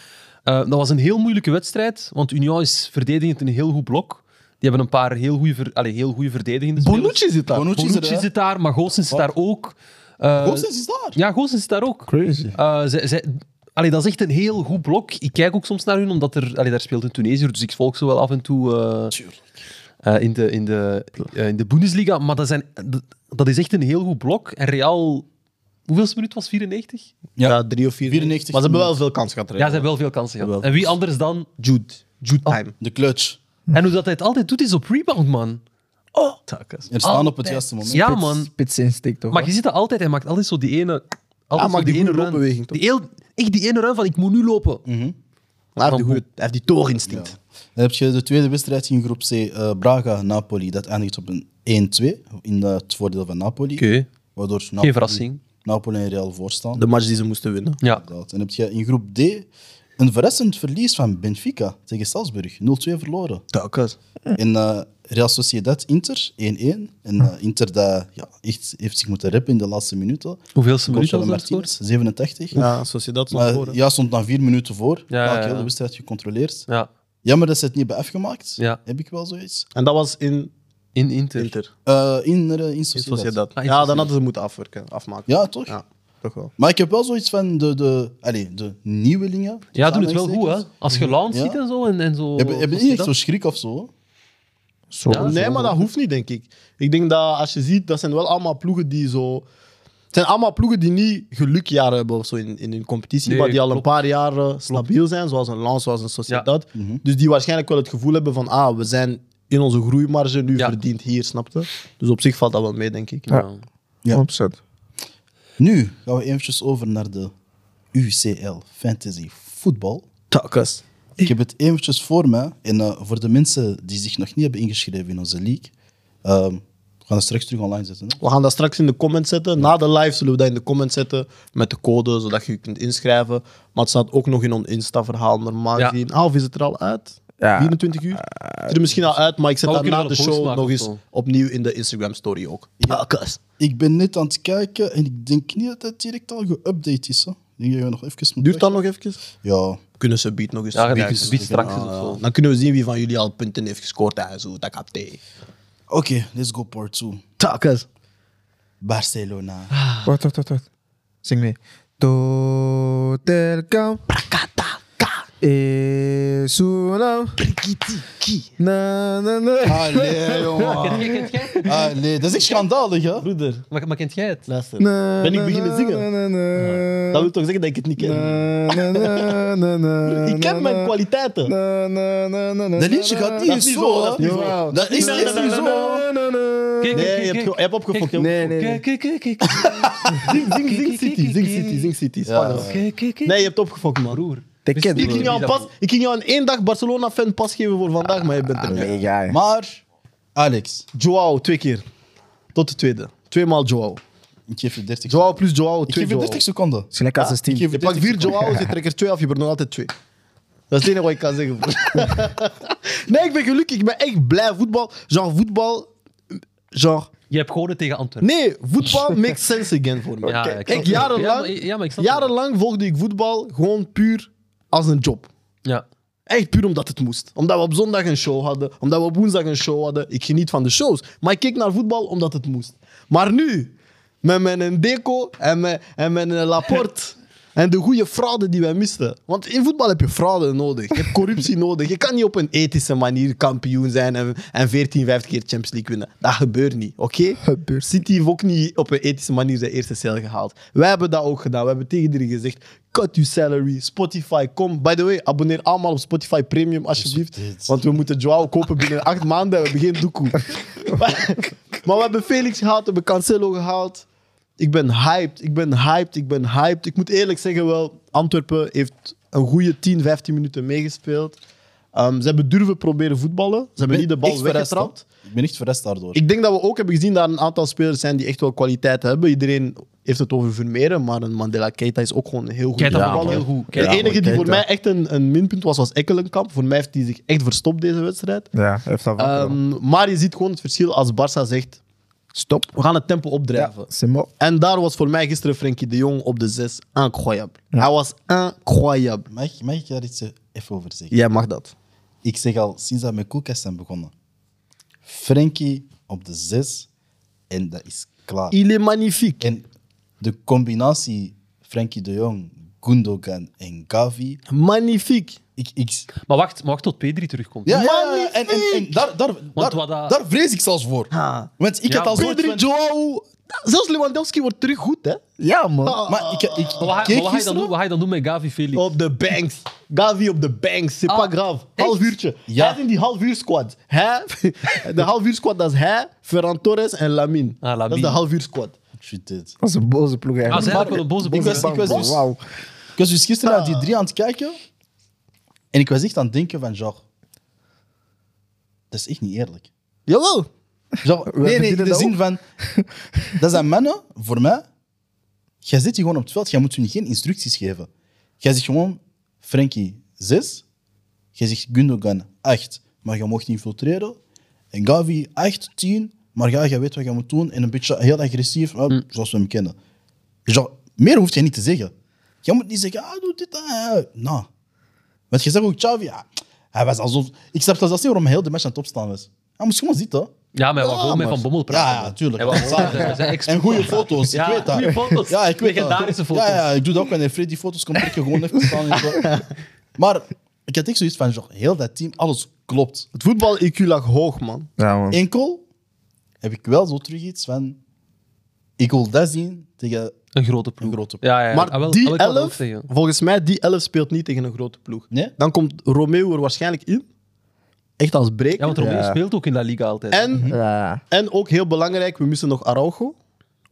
Eh, dat was een heel moeilijke wedstrijd, want Union is verdedigend een heel goed blok. Die hebben een paar heel goede ver, allee, heel goeie verdedigende spelers. Bonucci zit daar. Bonucci is er, Bonucci hè? zit daar, maar Goossens is daar ook. Eh, Goossens is daar. Ja, Goossens is daar ook. Crazy. Eh, zij- zij- allee, dat is echt een heel goed blok. Ik kijk ook soms naar hun, omdat er, allee, daar speelt een Tunesiër, dus ik volg ze wel af en toe eh, eh, in, de, in, de, eh, in de Bundesliga. Maar dat, zijn, dat- dat is echt een heel goed blok. En Real, hoeveelste minuut was 94? Ja, drie of vier. 94. Maar ze hebben wel veel kans gehad. Ja, ze hebben Oh, wel veel kansen gehad. Wel. En wie anders dan Jude. Jude time. De clutch. En hoe dat hij het altijd doet, is op rebound, man. Oh. Er staan op het juiste moment. Ja, man. Spitsinstinct toch? Maar je ziet dat altijd. Hij maakt altijd zo die ene... Altijd maakt zo die goede ene run. loopbeweging, toch? Die heel, echt die ene run van, ik moet nu lopen. Hij heeft, die goeie- hij heeft die toorinstinct. Dan heb je de tweede wedstrijd in groep C, eh, Braga-Napoli. Dat eindigt op een 1-2 in eh, het voordeel van Napoli. Oké. Waardoor Napoli, Geen verrassing. Napoli en Real voorstaan. De match die ze moesten winnen. Ja. Inderdaad. En heb je in groep D een verrassend verlies van Benfica tegen Salzburg. 0-2 verloren. Takas. En eh, Real Sociedad Inter 1-1. En eh, Inter dat, ja, echt heeft zich moeten reppen in de laatste minuten. Hoeveelste minuut Goaltje was van dat scoort? Martinez, 87. Ja, Sociedad stond Maar voor. hè. ja, stond dan vier minuten voor. Ja, Ja, ja, ja. heel de wedstrijd gecontroleerd. Ja. Jammer dat ze het niet hebben afgemaakt. Ja. Heb ik wel zoiets. En dat was in In Inter. Inter. Eh, in, eh, in Sociedad. Sociedad. Ah, Ja, in Sociedad. dan hadden ze moeten afwerken, afmaken. Ja, toch? Ja, toch wel. Maar ik heb wel zoiets van de, de, allee, de nieuwelingen. Ja, doen het wel goed, hè. aanhalingstekens. Als je Lans Ja. ziet en zo, en, en zo... Hebben hebben zoals niet je echt dat- zo schrik of zo? Zo, Ja. zo. Nee, maar dat hoeft niet, denk ik. Ik denk dat als je ziet, dat zijn wel allemaal ploegen die zo. Het zijn allemaal ploegen die niet gelukjaren hebben of zo in, in hun competitie, Nee, maar die al een klopt. Mhm. paar jaar eh, stabiel zijn, zoals een Lans, zoals een Sociedad. Dus die waarschijnlijk wel het gevoel hebben van, ah, we zijn in onze groeimarge nu Ja. verdiend hier, snapte. Dus op zich valt dat wel mee, denk ik. Ja. Ja. Ja. Opzet. Nu gaan we eventjes over naar de UCL Fantasy Voetbal. Takas. Ik heb het eventjes voor me. En eh, voor de mensen die zich nog niet hebben ingeschreven in onze league, ehm, we gaan dat straks terug online zetten. Hè? We gaan dat straks in de comments zetten. Na de live zullen we dat in de comments zetten met de code, zodat je je kunt inschrijven. Maar het staat ook nog in ons Insta-verhaal normaal Ja. gezien. Ah, of is het er al uit? Ja. 24 uur? Het is er misschien al uit, maar ik zet Maar we dat na kunnen de wel een post show maken nog of eens zo. opnieuw in de Instagram-story ook. Ja, kus. Ik ben net aan het kijken en ik denk niet dat het direct al geüpdate is. Hè? Ik denk dat we nog even moeten Duurt dat nog even? Ja, Kunnen ze beat nog eens? Ja, beat- ja, dus iets straks is of Ah, zo. dan kunnen we zien wie van jullie al punten heeft gescoord en zo. Dat gaat tegen. oké, let's go part 2. Takas. Barcelona. Ah. Wacht, wacht, wacht, wacht. Zing mee. Tot el camp. Es una... Na, na, na. Ah nee, jongen. Kent jij? Ah nee, dat is echt schandalig, hè? Broeder, Maar, maar kent jij het? luister. Na, Ben ik na, beginnen na, zingen? Ah, na, na, Dat wil toch zeggen dat ik het niet ken? na, na, na, na, na, Ik na, ken mijn na, kwaliteiten. na, na, na, na, na, Dat liedje na, gaat na, niet niet zo, zo, hè? dat is niet zo. Jawel. Dat is Na, echt na, niet na, zo. na, na, na. Kijk, Nee, kijk, je hebt, kijk. ge- je hebt opgefokt. je hebt Nee, nee, nee. Kijk, kijk, kijk, kijk. Zing, zing, zing City, zing City, Ah. zing City. Spannend. Kijk, kijk, kijk. Nee, je hebt opgefokt, man. Broer. Ik ken Ik ging, het. jou een pas, ik ging jou een één dag Barcelona-fan pas geven voor vandaag, maar je bent er niet. Mega, hè. Maar, Alex, Joao, twee keer. Tot de tweede. Tweemaal Joao. ik geef je 30 Joao plus Joao, Ik twee geef je Joao. 30 seconden. Het is gelijk als een ik geef- team. Je pakt vier Joao's, je trekt er twee af, je bent nog altijd twee. Dat is het enige wat ik kan zeggen. broer. nee, ik ben gelukkig. Ik ben echt blij. Voetbal, genre voetbal... Genre... Je hebt gewonnen tegen Antwerpen. Nee, voetbal makes sense again voor me. Ja, Kijk, ik ik snap het. Ja, jarenlang, maar- ja, maar ik snap het. jarenlang volgde ik voetbal gewoon puur als een job. Ja. Echt puur omdat het moest. Omdat we op zondag een show hadden, omdat we op woensdag een show hadden. Ik geniet van de shows. Maar ik keek naar voetbal omdat het moest. Maar nu, met mijn Deco en met, en mijn eh, Laporte. En de goede fraude die wij misten. Want in voetbal heb je fraude nodig. Je hebt corruptie nodig. Je kan niet op een ethische manier kampioen zijn en, en 14, 15 keer Champions League winnen. Dat gebeurt niet, oké? Gebeurt. City heeft ook niet op een ethische manier zijn eerste cel gehaald. Wij hebben dat ook gedaan. We hebben tegen iedereen gezegd: cut your salary, Spotify, kom. By the way, abonneer allemaal op Spotify Premium alsjeblieft. dit. Want we moeten Joao kopen binnen acht maanden en we hebben geen doekoe. maar, maar we hebben Felix gehaald, we hebben Cancelo gehaald. Ik ben hyped, ik ben hyped, ik ben hyped. Ik moet eerlijk zeggen wel, Antwerpen heeft een goede 10, 15 minuten meegespeeld. Ehm, ze hebben durven proberen voetballen. Ze hebben niet de bal weggetrapt. Ik ben echt verrest daardoor. Ik denk dat we ook hebben gezien dat een aantal spelers zijn die echt wel kwaliteit hebben. Iedereen heeft het over Vermeeren, maar een Mandela Keita is ook gewoon een heel goed. Keita voetballer. vond ik heel goed. Keita de vond enige ik die voor Keita. mij echt een, een minpunt was, was Ekkelenkamp. Voor mij heeft hij zich echt verstopt deze wedstrijd. Ja, hij heeft dat wel gedaan. Ehm, maar je ziet gewoon het verschil als Barça zegt, Stop. we gaan het tempo Ja, opdrijven. c'est mort. En daar was voor mij gisteren Frenkie de Jong op de zes incroyable. Hij was incroyable. Mag, ik- mag ik daar iets eh, even over zeggen? Jij mag dat. Ik zeg al sinds dat mijn koelkast zijn begonnen. Frenkie op de zes en dat is klaar. Il est magnifique. En de combinatie Frenkie de Jong, Gundogan en Gavi. Magnifique. Ik, ik, Maar wacht, maar wacht tot P3 terugkomt. ja, ja, ja, ja, en, en, en daar, daar, daar, wat dat- daar vrees ik zelfs voor. Ha. Want ik Ja, had al zoiets Pedri, van- Joao. Zelfs Lewandowski wordt terug goed, hè? Ja, man. Maar ik, ik, ik Maar wat, ga- keek maar wat, ga je dan gisteren- doen, wat ga je dan doen met Gavi Felix? Oh. Op de banks. Gavi op de banks. C'est Ah, pas grave. Half echt? uurtje. Ja. Hij is in die half uur squad. Hij, de half uur squad, dat is hij, Ferran Torres en Lamine. Ah, Lamine. Dat is de half uur squad. Shit, dit. Dat is een boze ploeg Ah, eigenlijk. ze zijn ook wel een boze Ik was- boze. ik was- Wauw. Ik was dus gisteren naar die drie aan het kijken. En ik was echt aan het denken van, genre... Dat is echt niet eerlijk. Jawel. Genre, nee, nee, in verdienen de dat zin van... Dat zijn mannen, voor mij... Jij zit hier gewoon op het veld. Jij moet hun geen instructies geven. Jij zegt gewoon... Frenkie, 6. Jij zegt Gundogan, 8. Maar je mocht infiltreren. En Gavi, 8, 10. Maar ja, jij weet wat je moet doen. En een beetje heel agressief, eh, zoals we hem kennen. Genre, meer hoeft je niet te zeggen. Je moet niet zeggen, ah, doe dit, ah. eh, Nou. Want je zegt ook, Xavi, ah, hij was alsof... Ik snap zelfs niet waarom hij heel de match aan het opstaan was. Hij moest gewoon zitten. Ja, maar we gaan Ja, gewoon met Oh, maar- Van Bommel Ja, praten. ja, tuurlijk. En we gaan gewoon- we zijn ex- En goede foto's, Ja, ik weet dat. goeie foto's. Ja, ik weet dat. Legendarische foto's. Ja, ja, ik doe dat ook wanneer Fred die foto's komt ik gewoon even staan. in het- Maar ik had echt zoiets van, joh, heel dat team, alles klopt. Het voetbal-IQ lag hoog, man. Ja, man. Enkel heb ik wel zo terug iets van, ik wil dat zien tegen... Een grote ploeg. Een grote ploeg. Ja, ja, ja. Maar Ah, wel, die ah, wel, ik wou dat ook 11, zeggen. volgens mij, die 11 speelt niet tegen een grote ploeg. Nee? Dan komt Romeo er waarschijnlijk in. Echt als breker. Ja, want Romeo Ja. speelt ook in La Liga altijd. en, Ja, en ook heel belangrijk, we missen nog Araujo.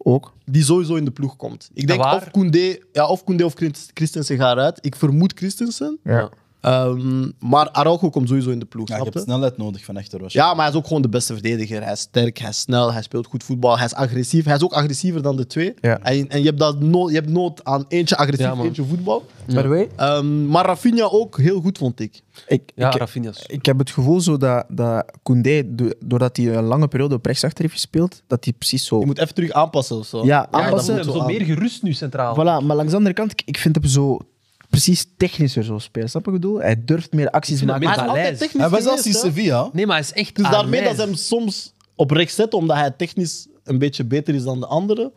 ook. die sowieso in de ploeg komt. Ik denk waar? of Koundé, ja, of Koundé of Christ- Christensen gaat eruit. Ik vermoed Christensen. Ja. Ehm, maar Araujo komt sowieso in de ploeg. Ja, je snap hebt je? snelheid nodig van achter Roche. Ja, maar hij is ook gewoon de beste verdediger. Hij is sterk, hij is snel, hij speelt goed voetbal, hij is agressief. Hij is ook agressiever dan de twee. Ja. En, en je, hebt dat nood, je hebt nood aan eentje agressief, Ja, man. eentje voetbal. By the way, Ehm, maar Rafinha ook heel goed, vond ik. ik, ja, ik, Rafinha. is- ik heb het gevoel zo dat, dat Koundé, do- doordat hij een lange periode op rechtsachter heeft gespeeld, dat hij precies zo... Je moet even terug aanpassen of zo. Ja, Ja, dat aanpassen. hem zo aan. meer gerust nu centraal. Voilà, maar langs de andere kant, ik, ik vind hem zo precies technischer zo spelen. Snap je wat ik bedoel? Hij durft meer acties te vind hem maken. Ah, Maar hij is Baleis. altijd technisch Hij was zelfs in geweest, hè? Sevilla. Nee, maar hij is echt Dus daarmee aanwijs. dat ze hem soms op rechts zetten, omdat hij technisch een beetje beter is dan de anderen.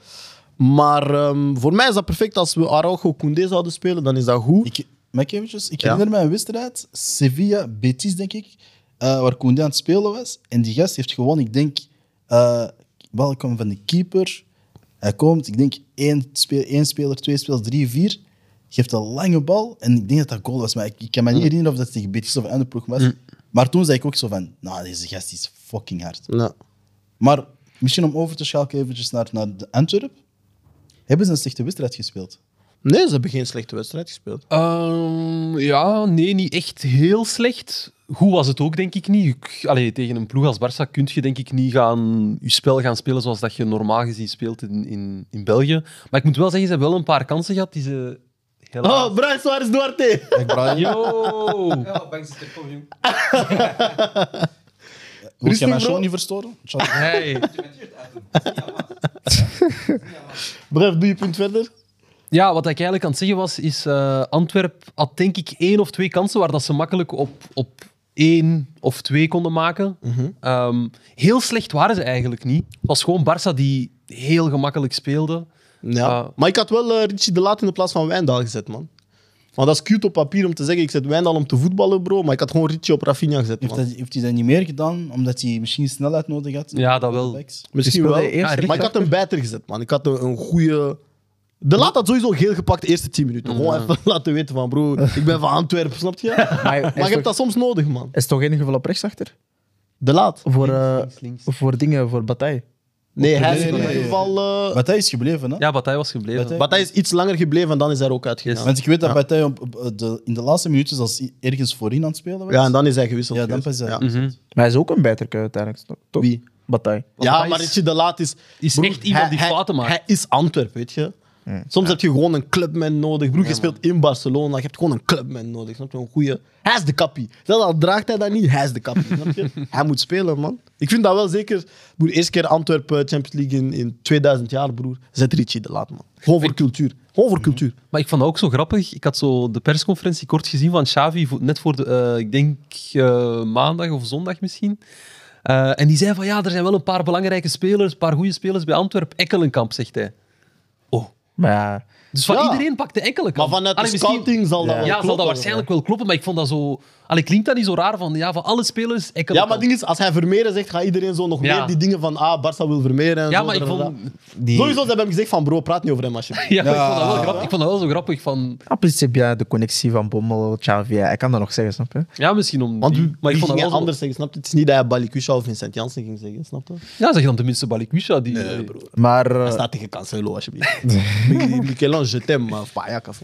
Maar ehm, voor mij is dat perfect. Als we Araujo Koundé zouden spelen, dan is dat goed. Ik, mag ik eventjes? Ik Ja. herinner me een wedstrijd, Sevilla, Betis, denk ik, eh, waar Koundé aan het spelen was. En die gast heeft gewoon, ik denk, eh bal kwam van de keeper. Hij komt, ik denk, één, spe- één speler, twee spelers, drie, vier. Geeft een lange bal. En ik denk dat dat goal was. Maar ik, ik kan me Mm. niet herinneren of dat tegen Betis of een andere ploeg was. Maar toen zei ik ook zo van, nou, deze gast is fucking hard. Ja. Maar misschien om over te schakelen eventjes naar, naar de Antwerp. Hebben ze een slechte wedstrijd gespeeld? Nee, ze hebben geen slechte wedstrijd gespeeld. Ehm, ja, nee, niet echt heel slecht. Goed was het ook, denk ik niet. Ik- Allee, tegen een ploeg als Barça kun je denk ik niet gaan, je spel gaan spelen zoals dat je normaal gezien speelt in, in, in België. Maar ik moet wel zeggen, ze hebben wel een paar kansen gehad die ze... Helaas... Oh, Brian Suarez Duarte. Yo! Ja, Banks is er toch, jong. Moet je mijn bro. show niet verstoren? Ciao. Hey. Bref, doe je punt verder. Ja, wat ik eigenlijk aan het zeggen was, is eh Antwerp had denk ik één of twee kansen waar dat ze makkelijk op, op één of twee konden maken. Ehm, heel slecht waren ze eigenlijk niet. Het was gewoon Barça die heel gemakkelijk speelde. Ja. Ah. maar ik had wel eh, Richie de Laat in de plaats van Wijndal gezet, man. Want dat is cute op papier om te zeggen, ik zet Wijndal om te voetballen, bro. Maar ik had gewoon Richie op Rafinha gezet, Heeft, man. dat, heeft hij dat niet meer gedaan, omdat hij misschien snelheid nodig had? Ja, dat wel. Backs? Misschien Die wel. dus speelde eerst maar ik had hem bijter gezet, man. Ik had een, een goede... De Laat had sowieso geel gepakt de eerste 10 minuten. Gewoon even laten weten van, bro, ik ben van Antwerpen, snap je? Maar, hij Maar is je hebt toch- dat soms nodig, man. Is toch in ieder geval op rechtsachter? De Laat. Voor, eh, links, links. voor dingen, voor bataille. Nee, hij is nee, in nee, ieder nee. geval... eh, Bataille is gebleven, hè? Ja, Bataille was gebleven. Bataille- Maar hij is iets langer gebleven en dan is hij er ook uitgegaan. Want ik weet dat Bataille op, op- op de, in de laatste minuten zelfs i- ergens voorin aan het spelen was. Ja, en dan is hij gewisseld. Ja, dan pas hij. Ja, Mhm. Maar hij is ook een bijterke uiteindelijk, toch? toch? Wie? Bataille. Ja, Bataille maar is- Richie de Laat is... Is Broer, echt iemand hij- die hij- fouten maakt. Hij is Antwerp, weet je. Soms heb je gewoon een clubman nodig. Broer, je speelt in Barcelona. Je hebt gewoon een clubman nodig. Snap je? Een goeie... Hij is de kappie. Zelfs al draagt hij dat niet, hij is de kappie. snap je? Hij moet spelen, man. Ik vind dat wel zeker... Broer, eerste keer Antwerpen Champions League in, in 2000 jaar, broer. Zet Richie de Laat, man. Gewoon voor cultuur. Gewoon voor cultuur. Maar ik vond dat ook zo grappig. Ik had zo de persconferentie kort gezien van Xavi, vo- net voor de, eh, ik denk eh, maandag of zondag misschien. Eh, en die zei van ja, er zijn wel een paar belangrijke spelers, een paar goede spelers bij Antwerp. Ekkelenkamp, zegt hij. Oh. Maar ja, Dus van Ja. iedereen pakte Ekkelenkamp. Maar vanuit de Allee, misschien- scouting zal dat Ja, wel zal dat kloppen, waarschijnlijk wel kloppen, maar ik vond dat zo... Allee, klinkt dat niet zo raar van, ja, van alle spelers Ja, Ekkelenkamp. maar het ding is, als hij Vermeeren zegt, gaat iedereen zo nog Ja. meer die dingen van ah, Barça wil Vermeeren. En Ja, zo, maar ik dadadada. vond... die... Sowieso ze hebben hem gezegd van bro, praat niet over hem alsjeblieft. Ja, maar ik vond dat wel Ja. grappig. Ik vond dat wel zo grappig van... Ah, precies, heb jij de connectie van Bommel, Xavi. Hij kan dat nog zeggen, snap je? Ja, misschien om... Want die- wie, maar ik wie ging vond dat wel hij zo- anders zeggen, snap je? Het is niet dat hij Balikusha of Vincent Janssen ging zeggen, snap je? Ja, zeg dan tenminste Balikwisha. Die... Maar eh, Hij staat tegen Cancelo, alsjeblieft. Mik- Michelan, je t'aime, maar Pajak of...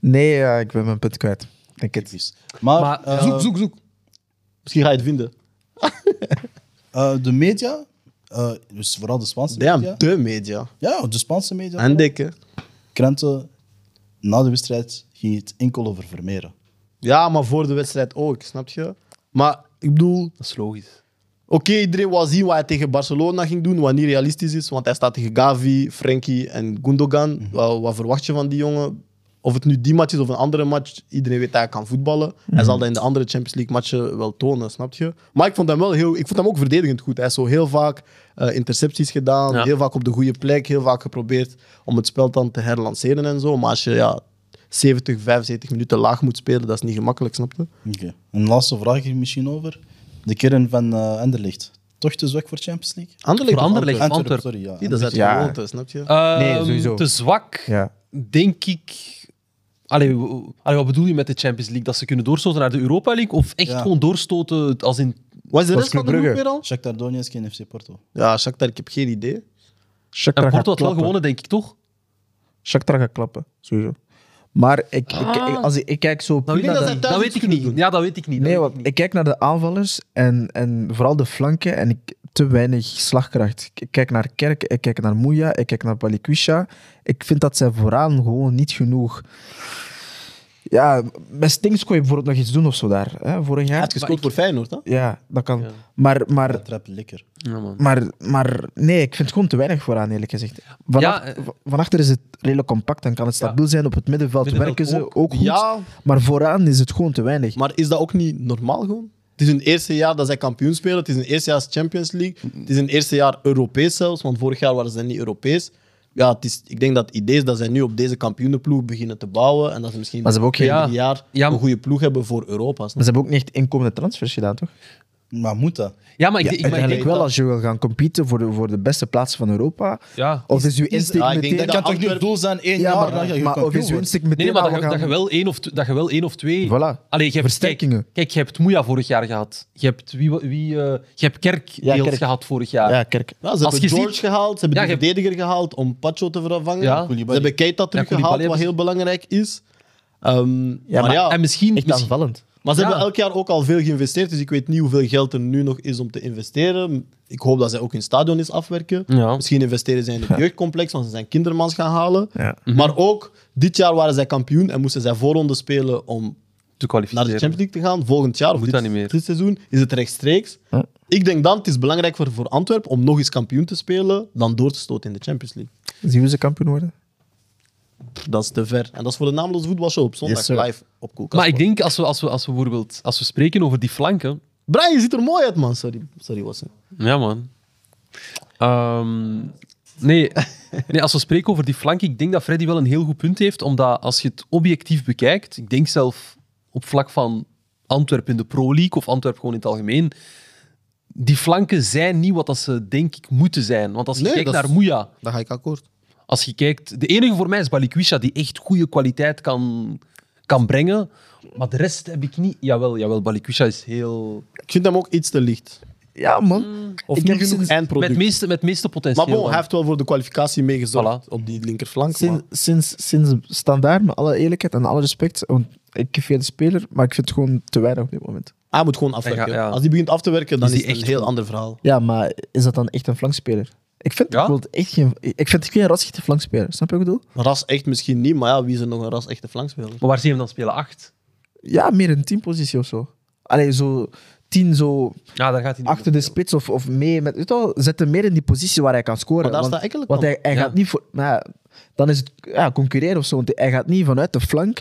nee, eh, ik ben mijn punt kwijt. Denk het. Maar, Maar, eh, Zoek, zoek, zoek. Misschien ga je het vinden. eh, de media, eh, dus vooral de Spaanse media. Damn, de media. Ja, de Spaanse media. En dikke. Kranten, na de wedstrijd ging het enkel over Vermeeren. Ja, maar voor de wedstrijd ook, snap je? Maar ik bedoel, Dat is logisch. Oké, iedereen wil zien wat hij tegen Barcelona ging doen, wat niet realistisch is, want hij staat tegen Gavi, Frenkie en Gundogan. Wat, wat verwacht je van die jongen? Of het nu die match is of een andere match, iedereen weet dat hij kan voetballen. Hij zal dat in de andere Champions League matchen wel tonen, snap je? Maar ik vond hem wel heel, ik vond hem ook verdedigend goed. Hij heeft zo heel vaak eh, intercepties gedaan, Ja. heel vaak op de goede plek, heel vaak geprobeerd om het spel dan te herlanceren en zo. Maar als je ja, 70, 75 minuten laag moet spelen, dat is niet gemakkelijk, snap je? Oké. Een laatste vraag hier misschien over. De kern van eh Anderlecht. Toch te zwak voor Champions League? Anderlecht. Voor of Anderlecht. Antwerpen? Antwerp. sorry. Ja, Nee, dat is uit Ja. gewoonte, snap je? Nee, Ehm, sowieso. Te zwak, Ja. denk ik. Allee, w- allee, wat bedoel je met de Champions League? Dat ze kunnen doorstoten naar de Europa League? Of echt Ja. gewoon doorstoten als in... Wat is de Was rest van de Club groep Brugge? weer al? Shakhtar Donetsk en FC Porto. Ja, Shakhtar, ik heb geen idee. Shakhtar gaat En Porto had wel klappen. gewonnen, denk ik, toch? Shakhtar gaat klappen, sowieso. Maar ik, ik, ik- als ik, ik kijk zo... Nou, puur weet ik naar dat zij de- thuis iets Dat weet ik kunnen niet. doen. Ja, dat weet ik niet. Dat Nee, weet ik want niet. ik kijk naar de aanvallers en, en vooral de flanken en ik, te weinig slagkracht. Ik kijk naar Kerk, ik kijk naar Moeja, ik kijk naar Balikwisha. Ik vind dat zij vooraan gewoon niet genoeg... Ja, met Stings kon je bijvoorbeeld nog iets doen of zo daar, hè, vorig Hij jaar. heeft gescoord voor Feyenoord, hè? Ja, dat kan. Maar, maar, Dat trapt lekker. Ja, man. maar, maar nee, ik vind het gewoon te weinig vooraan, eerlijk gezegd. Vanaf, Ja, eh. va- van achter is het redelijk compact en kan het stabiel zijn. Op het middenveld, Middenveld werken ze ook. ook, goed. Ja. Maar vooraan is het gewoon te weinig. Maar is dat ook niet normaal gewoon? Het is hun eerste jaar dat zij kampioen spelen. Het is hun eerste jaar Champions League. Het is hun eerste jaar Europees zelfs, want vorig jaar waren ze niet Europees. Ja, het is, ik denk dat het idee is dat zij nu op deze kampioenenploeg beginnen te bouwen. En dat ze misschien Maar ze hebben ook twee, geen- drie jaar Ja, een maar- goede ploeg hebben voor Europa. snap Maar ze hebben ook niet echt inkomende transfers gedaan, toch? Maar moet dat? Ja, maar ik, Ja, denk- maar ik uiteindelijk denk... wel, dat- als je wil gaan competen voor de, voor de beste plaatsen van Europa. Ja. Of is uw is- insteek ah, ik denk meteen... Dat, dat kan toch niet Antwerp- het doel zijn één ja, jaar maar, dat je maar of kampioen is uw wordt? insteek meteen... Nee, nee, maar dat, ah, je- we dat, je gaan- wel één of, t- dat je wel één of twee... Voilà. Allee, je hebt, Versterkingen. Kijk, kijk, je hebt Moeja vorig jaar gehad. Je hebt, wie, wie, eh, je hebt Kerk Ja, deels Kerk. gehad vorig jaar. Ja, Kerk. je? Ja, ze Als hebben je George ziet- gehaald, ze hebben Ja, de je- verdediger gehaald om Pacho te vervangen. Ja. Ze hebben Keita teruggehaald, Koulibaly wat heel belangrijk is. Ehm, maar maar- ja, En misschien... Echt misschien- aanvallend. Maar ze Ja. hebben elk jaar ook al veel geïnvesteerd, dus ik weet niet hoeveel geld er nu nog is om te investeren. Ik hoop dat zij ook hun stadion eens afwerken. Ja. Misschien investeren zij in het jeugdcomplex, want ze zijn kindermans gaan halen. Ja. Maar ook, dit jaar waren zij kampioen en moesten zij voorronde spelen om te naar kwalificeren. de Champions League te gaan. Volgend jaar, of Moet dit, dat niet meer. dit seizoen, is het rechtstreeks. Ik denk dan, het is belangrijk voor, voor Antwerpen om nog eens kampioen te spelen dan door te stoten in de Champions League. Zien we ze kampioen worden? pff, dat is te ver. En dat is voor de naamloze voetbalshow op zondag Yes, sir. live op Koelkast. Maar ik denk, als we, als, we, als we bijvoorbeeld als we spreken over die flanken... Brian, je ziet er mooi uit, man. Sorry, sorry Wassen. Ja, man. Ehm, nee. nee, als we spreken over die flank, ik denk dat Freddy wel een heel goed punt heeft. Omdat als je het objectief bekijkt, ik denk zelf op vlak van Antwerpen in de Pro League of Antwerpen gewoon in het algemeen, die flanken zijn niet wat dat ze denk ik moeten zijn. Want als je Nee, kijkt dat is- naar Moeja, Daar ga ik akkoord. als je kijkt, de enige voor mij is Balikwisha die echt goede kwaliteit kan, kan brengen. Maar de rest heb ik niet. Jawel, jawel Balikwisha is heel. Ik vind hem ook iets te licht. Ja, Mm. man. Of Ik niet heb genoeg sinds- eindproduct. Met meeste, met meeste potentieel. maar bon, dan. hij heeft wel voor de kwalificatie meegezorgd Voilà. op die linkerflank. maar- Sinds, sinds, sinds standaard, met alle eerlijkheid en alle respect, want ik geef je de speler, maar ik vind het gewoon te weinig op dit moment. Hij moet gewoon afwerken. Hij gaat- ja. Als hij begint af te werken, dan Is is, die het een echt heel goed? ander verhaal. Ja, maar is dat dan echt een flankspeler? Ik vind Ja? bijvoorbeeld echt geen, ik vind geen rasgete flankspeler. Snap je wat ik bedoel? Ras echt misschien niet, maar ja, wie is er nog een ras echte flankspeler? Maar waar zie je hem dan spelen? Acht? Ja, meer een teampositie of zo. Allee, zo tien zo Ja, daar gaat hij niet achter de spits of, of mee. Met, weet je wel, zet hem meer in die positie waar hij kan scoren. Maar daar want, staat eigenlijk Want aan. hij, hij Ja. gaat niet voor... Maar ja, dan is het ja, concurreren of zo. Want hij gaat niet vanuit de flank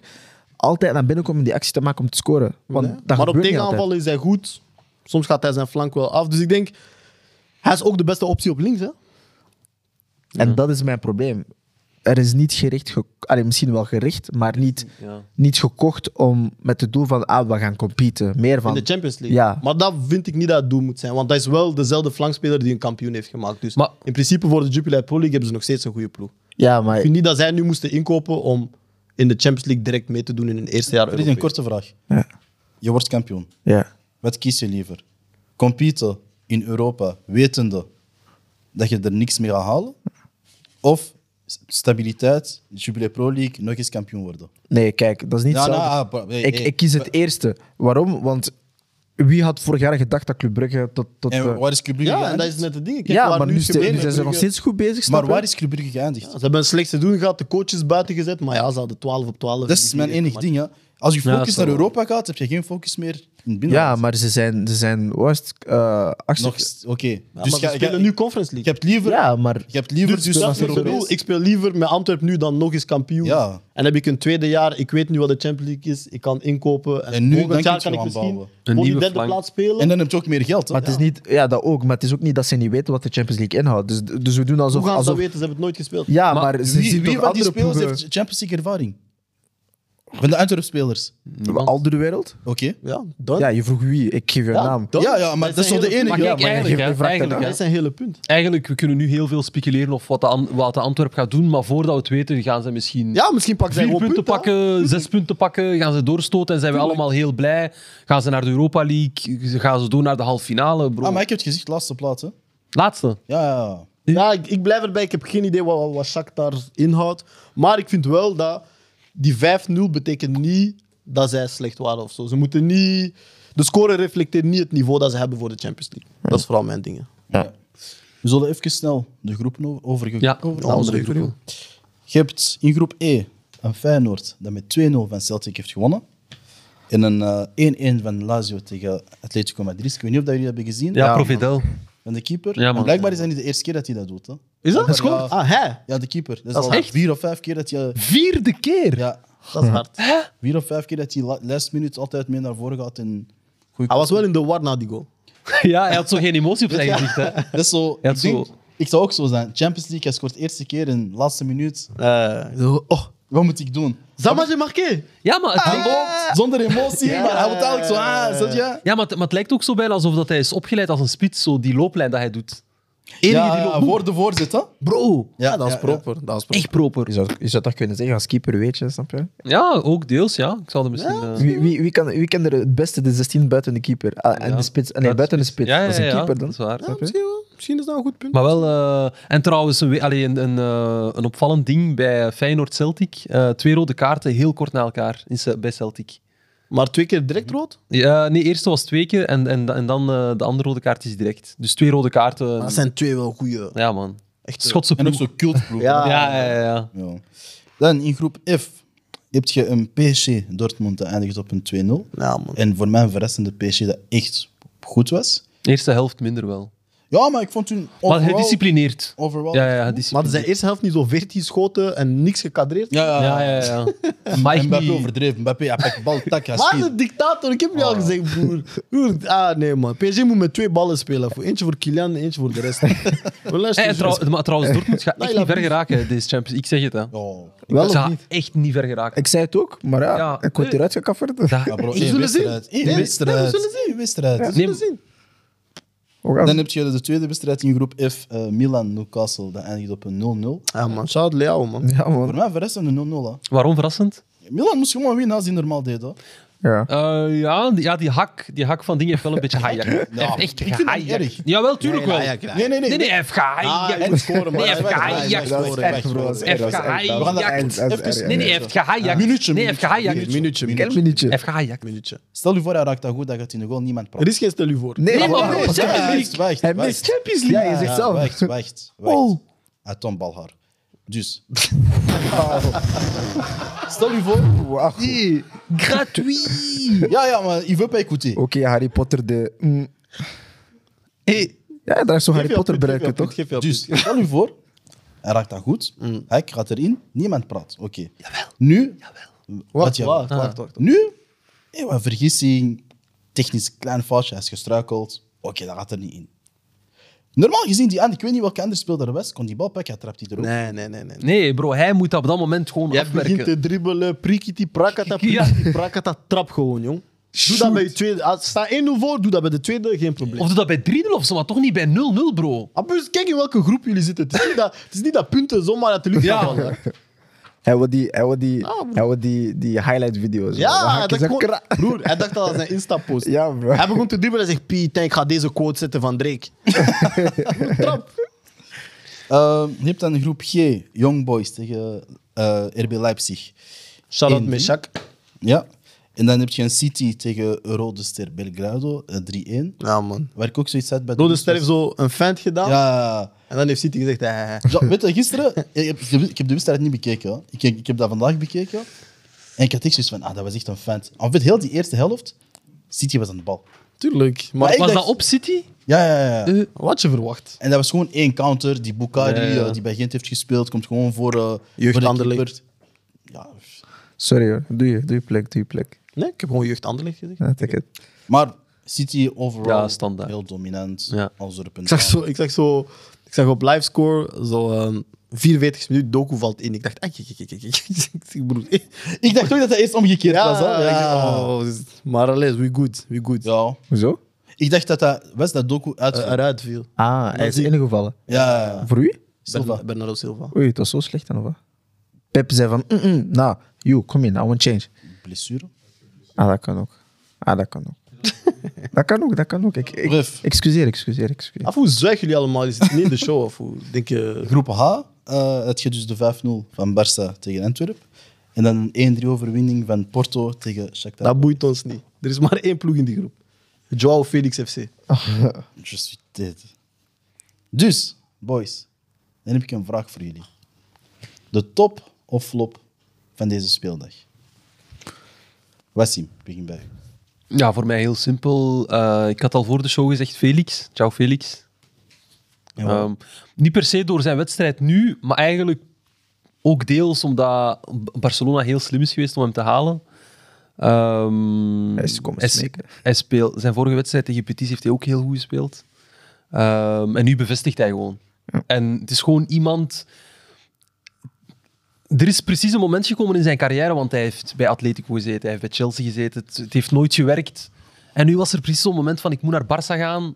altijd naar binnen komen om die actie te maken om te scoren. Want Nee. dat Maar op gebeurt niet altijd. tegenaanval is hij goed. Soms gaat hij zijn flank wel af. Dus ik denk, hij is ook de beste optie op links. Hè? En dat is mijn probleem. Er is niet gericht... Ge Allee, misschien wel gericht, maar niet, Ja. niet gekocht om met het doel van ah, we gaan competen. Meer In van... de Champions League. Ja. Maar dat vind ik niet dat het doel moet zijn. Want dat is wel dezelfde flankspeler die een kampioen heeft gemaakt. Dus Maar- in principe voor de Jupiler Pro League hebben ze nog steeds een goede ploeg. Ja, Ik maar... vind niet dat zij nu moesten inkopen om in de Champions League direct mee te doen in hun eerste jaar. Er is een Europees. korte vraag. Ja. Je wordt kampioen. Ja. Wat kies je liever? Competen in Europa, wetende dat je er niks mee gaat halen? Of s- stabiliteit, Jubilee Pro League, nog eens kampioen worden? Nee, kijk, dat is niet Ja, hetzelfde. nou, ah, bro, hey, ik, hey. ik kies het eerste. Waarom? Want wie had vorig jaar gedacht dat Club Brugge tot... tot eh, En waar is Club Brugge Ja, en geëindigd? dat is net het ding. Kijk, ja, waar maar nu, het ste- gebeurt nu met zijn ze nog Brugge. steeds goed bezig, snap Maar je? waar is Club Brugge geëindigd? Ze hebben een slecht seizoen gehad, de coaches buiten gezet, maar ja, ze hadden 12 op 12. Dat is mijn enig ding. Hè. Als je Ja, focus zo. naar Europa gaat, heb je geen focus meer in het Ja, binnenland. maar ze zijn, ze zijn worst, eh achtste- Nog st- Oké. Ja, dus maar ga- we spelen ga- nu Conference Je League. hebt liever, Ja, maar je hebt liever Dus dus dat naar is wat ik Europees. bedoel. Ik speel liever met Antwerpen nu dan nog eens kampioen. Ja. En heb ik een tweede jaar, ik weet nu wat de Champions League is, ik kan inkopen. En, En nu volgend denk jaar ik kan ik gaan misschien bouwen. Een voor die nieuwe derde flank. plaats spelen. En dan heb je ook meer geld. Hè? maar het is niet... Ja, dat ook. Maar het is ook niet dat ze niet weten wat de Champions League inhoudt. Dus, dus we doen alsof... Hoe gaan ze dat alsof weten? Ze hebben het nooit gespeeld. ja, Maar maar, ze Wie, zien wie toch van die andere spelers ploegen heeft Champions League ervaring? Van de Antwerp-spelers. Niemand. al door de wereld. Oké. Ah, Ja, dan. Ja, je vroeg wie. Ik geef je een naam. dan. Ja, ja, maar is dat is een wel de hele- enige. Maar Ja, kijk, maar eigenlijk, je hè, vraagt eigenlijk, ernaar. Dat hè. is zijn hele punt. eigenlijk, we kunnen nu heel veel speculeren of wat, de An- wat de Antwerp gaat doen, maar voordat we het weten gaan ze misschien Ja, misschien pakken zij vier gewoon punten punten. hè. pakken, zes punten pakken, gaan ze doorstoten en zijn we allemaal heel blij. Gaan ze naar de Europa League, gaan ze door naar de halve finale, bro. Ah, maar ik heb het gezegd, laatste plaats. Hè? Laatste. Ja, ja, ja. Ja, ik, ik blijf erbij. Ik heb geen idee wat, wat Shakhtar inhoudt. Maar ik vind wel dat die 5-0 betekent niet dat zij slecht waren of zo. Ze moeten niet... De score reflecteert niet het niveau dat ze hebben voor de Champions League. Dat is vooral mijn ding. We zullen even snel de groepen over- overge- Ja, Nou, over- de andere overgroepen. groepen. Je hebt in groep E een Feyenoord dat met 2-0 van Celtic heeft gewonnen. En een eh, 1-1 van Lazio tegen Atletico Madrid. Ik weet niet of dat jullie dat hebben gezien. Ja, Providel. Van de keeper. Ja, man. en blijkbaar is dat niet de eerste keer dat hij dat doet. Hè. Is dat? Blijkbaar, ja. Ah, hij? Ja, de keeper. Dat is, Dat is al echt? vier of vijf keer dat je... Vierde keer! Ja, Dat is hard. vier of vijf keer dat hij la- last minute altijd mee naar voren gaat. En goed. Hij was wel in de war na die goal. Ja, hij had zo geen emotie op zijn gezicht, hè. Dat is zo... Ja, ik, denk- zo. ik zou ook zo zijn. Champions League, hij scoort de eerste keer in de laatste minuut. Eh, zo, oh, Wat moet ik doen? ça m'a marqué. Ja, maar Ah. het Hij lijkt, loopt zonder emotie, Ah! Ja. maar hij wordt eigenlijk zo... Ah, zet je? ja, maar het, maar het lijkt ook zo bijna alsof dat hij is opgeleid als een spits, zo die looplijn dat hij doet. Enige Ja, die ja, loopt. voor de voorzit, hè? Bro, Ja, dat ja, was proper. Dat was proper. echt proper. Je zou, je zou dat kunnen zeggen als keeper, weet je, snap je? Ja, ook deels, ja. Ik zal er misschien... eh, Wie, wie, wie, kan, wie kan er het beste de 16 buiten de keeper? Ah, en Ja. de spits. Nee, buiten de spits. Ja, ja, dat is een ja, keeper dan. dat is waar. Snap je? Misschien, wel. Misschien is dat een goed punt. Maar wel... eh, en trouwens, een, we- allee, een, een, eh, een opvallend ding bij Feyenoord-Celtic. Eh, twee rode kaarten, heel kort na elkaar in, Ce- bij Celtic. Maar twee keer direct rood? Ja, nee, eerste was twee keer en, en, en dan eh, de andere rode kaart is direct. Dus twee rode kaarten. Dat zijn twee wel goede. Ja, man. Echt Schotse En ook Ah. ploeg. zo'n cultploeg. Ja. hè. Ja, ja, ja, ja. Ja. Dan in groep F heb je een PSG Dortmund dat eindigt op een 2-0. Ja, man. En voor mij een verrassende PSG dat echt goed was. Eerste helft minder wel. Ja, maar ik vond toen Maar overal... gedisciplineerd. overal Maar Ja, ja, in zijn gedisciplineerd. eerste helft niet zo 14 schoten en niks gecadreerd. ja, Ja, ja, ja. Maar En ik Mbappé niet... overdreven. Mbappé, hij pakt de bal, tak, hij Waar schiet. de dictator? Ik heb Oh. je al gezegd, broer. Broer, Ah, nee, man. PSG moet met twee ballen spelen. Voor eentje voor Kylian en eentje voor de rest. We Hey, luisteren en trouw- Eh, maar trouwens, Dortmund gaat echt laat niet ver niet. geraken, deze Champions Ik zeg het, hè. Oh. Wel Ze of gaan niet? echt niet ver geraken. Ik zei het ook, maar ja, Ja. ik word eruit gekafferd. Dat- Ja, bro, We één zullen wedstrijd. zien. Eén Nee, wedstrijd. nee, we zullen zien. Eén wedstrijd. We zullen Nee, zien. We gaan Dan zien. heb je de tweede wedstrijd in groep F, eh, Milan-Newcastle. Dat eindigt op een 0-0. Ah, man. Shout Leao, man. Ja, Voor man. mij verrest een 0-0. Waarom verrassend? hè. Milan moest gewoon winnen als hij normaal deed. Hoor. Ja. Eh, ja, die, ja die, hak, die hak van dingen heeft wel een beetje hajak. Hij heeft echt ik vind het niet gehijakt. erg. Jawel, tuurlijk wel. Nee, Nee, nee, nee. nee, Ah, hij heeft gehijakt. en scoren, maar Nee, hij heeft dat is weg, gehijakt. dat Dat is is weg, echt, bro, bro. dat is Dat is echt. echt, dat We gaan is dat echt. Dat is even- echt, Nee, nee, ja. hij heeft gehijakt. Minuutje, Nee, hij heeft gehijakt. minuutje, minuutje, Een minuutje. minuutje. Hij heeft gehijakt. Stel je voor, hij raakt dat goed, dat gaat in de goal niemand Er praten. is geen stel u voor. Nee, Nee, maar maar- bro, Ja, Champions League. Wacht, wacht, Hij wacht. mist Champions League. Ja, je zegt Ja, zelf. Wacht, wacht, wacht. Oh. Hij toont balhaar. Dus. Stel je voor. Wauw. Gratuit. Ja, ja, maar il veut pas écouter. Oké, Harry Potter de... mm. Hey, Ja, daar is zo'n Harry Geef je Potter punt, geef je bereiken, toch? punt, geef je Dus stel u voor, hij raakt dat goed, hij gaat erin, niemand praat. Oké. Nu, Wacht, ja. wacht, wacht, wacht. nu, eh, wat vergissing, technisch klein foutje, hij is gestruikeld. Oké, dat gaat er niet in. Normaal gezien, die aan, ik weet niet welke andere speler er was, kon die bal pakken, hij trapt die erop. Nee, nee, nee. nee. Nee, bro, hij moet dat op dat moment gewoon Jij begint afwerken. te dribbelen, prikiti, prakata, Ja. prikiti, prakata, trap gewoon, jong. Doe dat bij je tweede. Als sta 1-0 voor, doe dat bij de tweede, geen probleem. Of doe dat bij 3-0 of zo, maar toch niet bij 0-0, bro. Ah, plus, kijk in welke groep jullie zitten. Het is niet dat, het is niet dat punten zomaar uit de lucht gaan vallen. Hij wil die, hij wil die, Ah, bro. hij wil die, die highlight video's. Ja, hij dacht dat gewoon, broer, hij dacht dat als een Insta-post. Ja, bro. Hij begon te dribbelen en zegt, Piet, ik ga deze quote zetten van Drake. Ehm, je hebt dan groep G, Young Boys tegen eh, RB Leipzig. Shout-out Eén, Meshak. Ja. En dan heb je een City tegen Rode Ster Belgrado, eh, 3-1. Ja, man. Waar ik ook zoiets had bij de Rode Boys Ster heeft was- zo een fan gedaan. Ja. En dan heeft City gezegd, eh, eh, eh. Ja, weet je, gisteren, ik heb, ik heb de wedstrijd niet bekeken. hoor. Ik, ik heb dat vandaag bekeken. En ik had echt zoiets van, ah, dat was echt een fan. En weet heel die eerste helft, City was aan de bal. tuurlijk. Maar, Maar ik- Was dacht- dat op City? Ja, ja, ja. Eh. wat je verwacht. En dat was gewoon één counter. Die Bukari, Ja, ja. eh, die bij Gent heeft gespeeld, komt gewoon voor, eh Jeugd voor de Anderlecht. keeper. Ja. Sorry hoor, doe je, doe je plek, doe je plek. Nee, ik heb gewoon jeugd Anderlecht gezegd. Ja, take it. Maar City overall Ja, standaard. heel dominant. Ja. Als er op een Ik zag zo, ik zag zo, ik zag op livescore zo ehm 44 minuten doku valt in. Ik dacht, ah, kijk, kijk, kijk, kijk, ik zeg, broer, eh. Ik dacht ook dat dat eerst omgekeerd was. Hè? ja, Ik dacht, oh. oh, dus- maar alles, we good, we good. ja. Hoezo? Ik dacht dat dat... Was dat Doku uit... Eh, eruit viel. Ah, hij is zie- ingevallen. ja, ja, ja. Voor wie? Silva. Bern- Bernardo Silva. Oei, het was zo slecht dan of wat? Pep zei van, mm -mm, nou, you, kom in, I want change. Blessure. Ah, dat kan ook. Ah, dat kan ook. dat kan ook, dat kan ook. Ik, ik- Bref. excuseer, excuseer, excuseer. Af hoe zwijgen jullie allemaal? Is het niet in de show? Of hoe denk je? Groep H eh had je dus de 5-0 van Barça tegen Antwerpen. En dan een 1-3 overwinning van Porto tegen Shakhtar. Dat boeit ons niet. Er is maar één ploeg in die groep. Joao Felix FC. Je suis dead. Dus, boys. Dan heb ik een vraag voor jullie. De top of flop van deze speeldag? Wassim, begin bij u. Ja, voor mij heel simpel. Eh, ik had al voor de show gezegd Felix. Ciao Felix. Ehm, niet per se door zijn wedstrijd nu, maar eigenlijk ook deels omdat B- Barcelona heel slim is geweest om hem te halen. Ehm, Hij is komen hij, smeken. hij speelt, zijn vorige wedstrijd tegen Betis heeft hij ook heel goed gespeeld. Ehm, en nu bevestigt hij gewoon. En het is gewoon iemand... Er is precies een moment gekomen in zijn carrière, want hij heeft bij Atletico gezeten, hij heeft bij Chelsea gezeten, het, het heeft nooit gewerkt. En nu was er precies zo'n moment van, ik moet naar Barça gaan.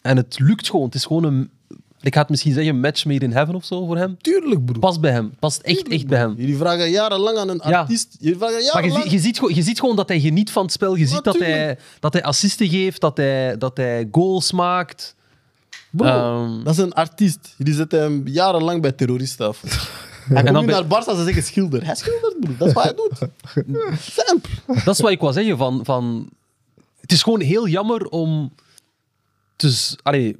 En het lukt gewoon. Het is gewoon een, ik ga het misschien zeggen, match made in heaven of zo voor hem. Tuurlijk, broer. Past bij hem. Past echt, echt bij hem. Jullie vragen jarenlang aan een Ja. artiest. Jullie vragen Maar je, jarenlang... ziet- je, ziet, gewoon- je ziet gewoon dat hij geniet van het spel. Je ziet dat hij, dat hij assisten geeft, dat hij, dat hij goals maakt. Bro, Ehm. dat is een artiest. Jullie zetten hem jarenlang bij terroristen af. Hij dan komt nu bij- naar Barca, ze zeggen schilder. Hij schildert, broer. Dat is wat hij doet. Simpel. Dat is wat ik wou zeggen. Van, van, het is gewoon heel jammer om... Dus, allee,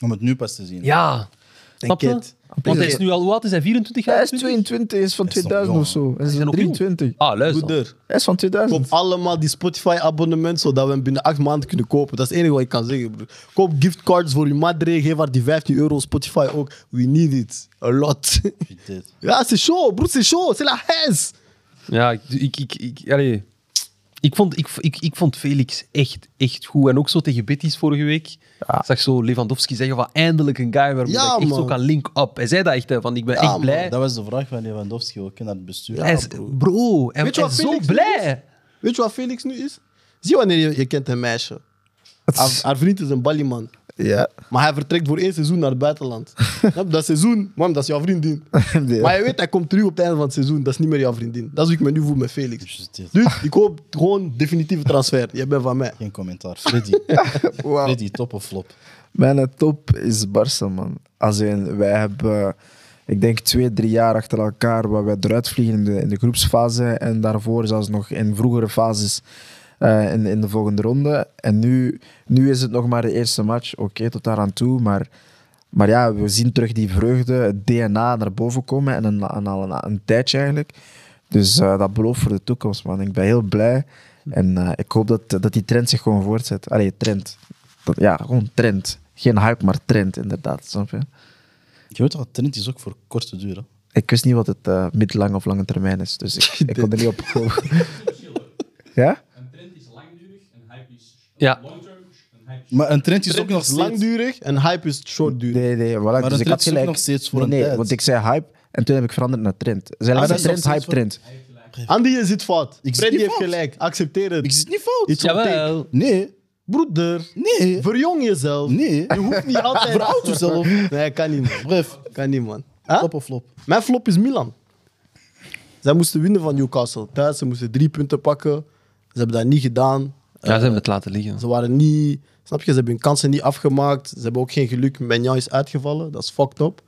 Om het nu pas te zien. ja, Snap je? Kate. Want hij is nu al, hoe oud is hij? 24 jaar? Hij is 20? 22, hij is van Hij is nog 2000 of zo. Hij is Hij is nog 23. Ah, luister. dan. Broeder, Hij is van 2000. koop allemaal die Spotify-abonnement, zodat we hem binnen acht maanden kunnen kopen. Dat is het enige wat ik kan zeggen, broer. Koop giftcards voor je madre, geef haar die 15 euro, Spotify ook. We need it. A lot. Dit. ja, c'est chaud, broer, c'est chaud. C'est la haise. Ja, ik, ik, ik, ik, allee. ik, vond, ik, ik, ik vond Felix echt, echt goed. En ook zo tegen Betis vorige week. Ik zag zo Lewandowski zeggen van eindelijk een guy waarmee Ja, ik echt man. zo kan link-up. Hij zei dat echt, hè, van ik ben Ja, echt man, blij. Dat was de vraag van Lewandowski ook naar het bestuur. hij is, bro, hij Weet je hij wat is zo Felix blij. Weet je wat Felix nu is? Zie wanneer je, je kent een meisje. Haar, haar vriend is een ballieman. Ja. Maar hij vertrekt voor één seizoen naar het buitenland. Snap je? dat seizoen, man, dat is jouw vriendin. Ja. Maar je weet, hij komt terug op het einde van het seizoen. Dat is niet meer jouw vriendin. Dat is hoe ik me nu voel met Felix. Dus dit. Dus ik hoop gewoon definitieve transfer. Jij bent van mij. Geen commentaar. Freddy. Wauw. Freddy, top of flop? Mijn eh, top is Barca, man. Als in, wij hebben, eh, ik denk, twee, drie jaar achter elkaar waar wij eruit vliegen in de, in de groepsfase. En daarvoor zelfs nog in vroegere fases eh, in, in de volgende ronde. En nu, nu is het nog maar de eerste match. Oké, tot daar aan toe. Maar, maar ja, we zien terug die vreugde, het DNA naar boven komen. En een, en al een, een tijdje eigenlijk. Dus eh, dat belooft voor de toekomst, man. Ik ben heel blij. En eh, ik hoop dat, dat die trend zich gewoon voortzet. Allee, trend. Dat- ja, gewoon trend. Geen hype, maar trend, inderdaad. Snap je? Je weet toch, Trent is ook voor korte duur. hè? Ik wist niet wat het eh middellang of lange termijn is, dus ik, ik kon er niet op komen. ja? Een trend is langdurig, een hype is Ja. long-term, een hype is Maar een Trent is Trend ook nog is steeds- langdurig en hype is shortdurig. Nee, nee, voilà. een dus ik trend had is ook gelijk. nog steeds voor nee, een nee, tijd. want ik zei hype en toen heb ik veranderd naar trend. Zijn Ah, ah, dat is nog trend, steeds hype, voor- trend. Andy, je zit fout. Ik zit Freddy niet heeft fout. gelijk. Accepteer het. Ik zit niet fout. It's on tape. Jawel. Nee, Broeder, nee, verjong jezelf. nee. Je hoeft niet altijd... Veroud jezelf. Nee, kan niet, man. Bref, Kan niet, man. Huh? top of flop? Mijn flop is Milan. Zij moesten winnen van Newcastle thuis. Ze moesten drie punten pakken. Ze hebben dat niet gedaan. Ja, ze hebben het laten liggen. Ze waren niet... Snap je? Ze hebben hun kansen niet afgemaakt. Ze hebben ook geen geluk. Benja is uitgevallen. Dat is fucked up.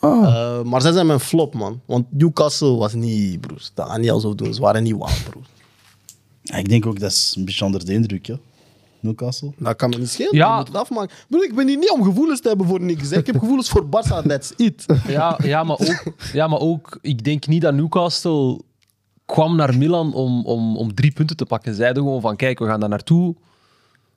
Eh, maar zij zijn mijn flop, man. Want Newcastle was niet, broers. Dat gaan niet alsof doen. Ze waren niet wauw, broers. Ja, Ik denk ook dat is een beetje onder de indruk, hè? Newcastle. Dat kan me niet schelen. Ja. Je moet het afmaken. Broer, ik ben hier niet om gevoelens te hebben voor niks. hè. Ik heb gevoelens voor Barca. That's it. Ja, ja, maar ook, ja, maar ook, ik denk niet dat Newcastle kwam naar Milan om, om, om drie punten te pakken. Zeiden gewoon van, kijk, we gaan daar naartoe.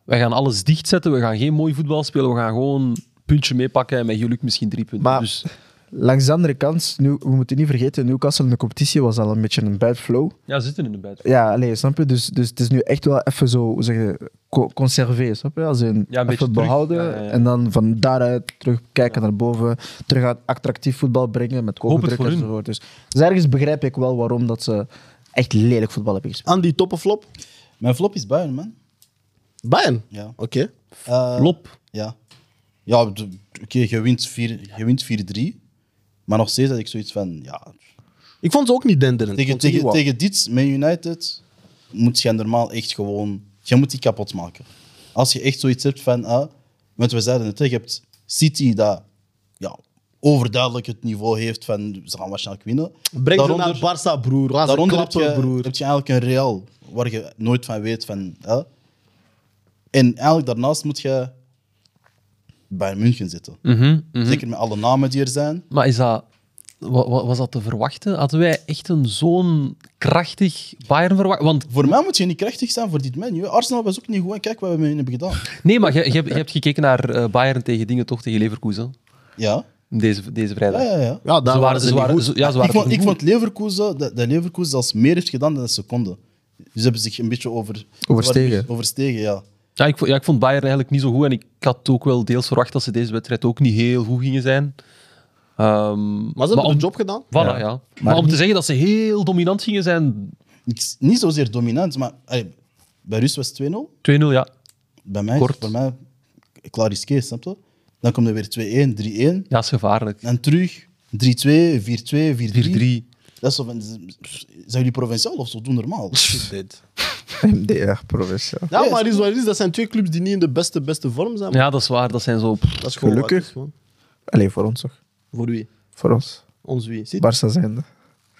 We gaan alles dichtzetten. We gaan geen mooi voetbal spelen. We gaan gewoon puntje meepakken en met geluk misschien drie punten. Maar- Dus, Langs de andere kant, nu, we moeten niet vergeten, Newcastle in de competitie was al een beetje een bad flow. ja, ze zitten in de bed. Ja, allee, snap je? Dus, dus het is nu echt wel even zo, hoe zeg je, co- conserveren, snap je? Als in Ja, een beetje even terug. behouden Ja, ja, ja. en dan van daaruit terug kijken naar boven, terug aan attractief voetbal brengen met Hoop het druk voor hun. enzovoort. Dus, dus ergens begrijp ik wel waarom dat ze echt lelijk voetbal hebben gespeeld. Andy, top of flop? Mijn flop is Bayern, man. Bayern? Ja. Oké. Eh, Lop. Ja. Ja, d- d- oké, je wint vier- je wint 4-3. Maar nog steeds had ik zoiets van, ja... Ik vond ze ook niet denderend. Ik Tegen, vond ze niet tegen, wauw. tegen dit, Man United, moet je normaal echt gewoon... Je moet die kapot maken. Als je echt zoiets hebt van... ah, want we zeiden het, hè, je hebt City dat ja, overduidelijk het niveau heeft van... Ze gaan waarschijnlijk winnen. Breng Daaronder- ze naar Barça, broer. Laat ze Daaronder heb klappen, je, broer. heb je eigenlijk een Real waar je nooit van weet van. Hè? En eigenlijk daarnaast moet je bij München zitten. Mhm. Zeker met alle namen die er zijn. Mhm. Maar is dat, wa- wa- was dat te verwachten? Hadden wij echt een zo'n krachtig Bayern verwacht? Want Voor mij moet je niet krachtig zijn voor dit menu. Arsenal was ook niet goed en kijk wat we met hen hebben gedaan. nee, maar je, je, hebt, je hebt gekeken naar eh, Bayern tegen dingen, toch? Tegen Leverkusen. Ja, Deze, deze ja, vrijdag. ja. ja. Ja, daar Ze waren waren, ze ze niet waren, goed. ze- ja, ze ik, waren vond, goed. ik vond Leverkusen, dat, dat Leverkusen zelfs meer heeft gedaan dan een seconde. Dus ze hebben zich een beetje over, Overstegen. Overstegen, ja. Ja ik, vond, ja, ik vond Bayern eigenlijk niet zo goed. En ik had ook wel deels verwacht dat ze deze wedstrijd ook niet heel goed gingen zijn. Ehm, Maar ze hebben om, de job gedaan. voilà, ja. Maar, om te zeggen dat ze heel dominant gingen zijn, 2-0, Ik- niet zozeer dominant, maar allee, bij Rus was het 2-0. ja. Bij mij, Kort. voor mij, klaar is Kees, snap je? Dan komt er weer 2-1, 3-1. Ja, is gevaarlijk. 4-3. Dan terug 3-2, 4-2, 4-3. Dat is zo van, zijn jullie provinciaal of zo? Doen normaal. MDR, professional. Ja, Ja, maar is wat het is. Dat zijn twee clubs die niet in de beste, beste vorm zijn. Ja, dat is waar. Dat zijn zo... Dat is gewoon Gelukkig. wat het is, man. Allee, voor ons toch? Voor wie? Voor ons. Ons wie? Zit. Barca zijn.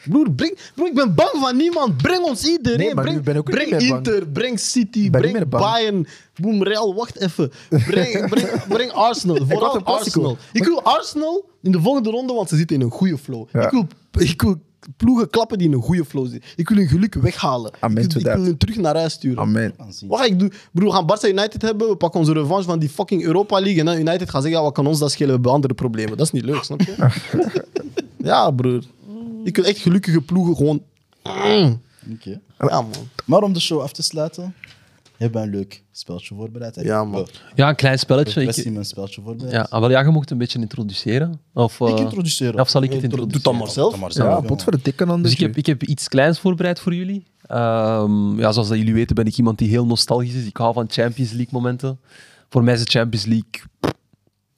Broer, breng, broer, ik ben bang van niemand. Breng ons iedereen. Nee, maar breng ik ben ook niet breng meer bang. Inter, breng City, ben niet breng meer bang. Bayern. Boem, Real, wacht even. Breng, breng, breng Arsenal. wacht Vooral op Classico. Arsenal. Ik wil Arsenal in de volgende ronde, want ze zitten in een goede flow. Ja. Ik, wil, ik wil ploegen klappen die in een goede flow zitten. Ik wil hun geluk weghalen. Amen ik, to wil- ik that. wil hun terug naar huis sturen. Amen. Wat ga ik doen? Broer, we gaan Barca United hebben. We pakken onze revanche van die fucking Europa League. En dan United gaat zeggen, ja, wat kan ons dat schelen? We hebben andere problemen. Dat is niet leuk, snap je? ja, broer. Ik wil echt gelukkige ploegen gewoon... Oké. Ja, man. Maar om de show af te sluiten, hebben we een leuk speltje voorbereid. hè? Ja, man. Ja, een klein We spelletje. hebben Ik, Westie een speltje voorbereid. ja, ah, wel, ja, je mocht een beetje introduceren. Of, eh, Ik introduceer. Of zal ik het introduceren? Doe dat maar zelf. Ja, pot voor de dikke aan de Dus ik heb, ik heb iets kleins voorbereid voor jullie. Ehm, ja, zoals dat jullie weten ben ik iemand die heel nostalgisch is. Ik hou van Champions League momenten. Voor mij is de Champions League pff,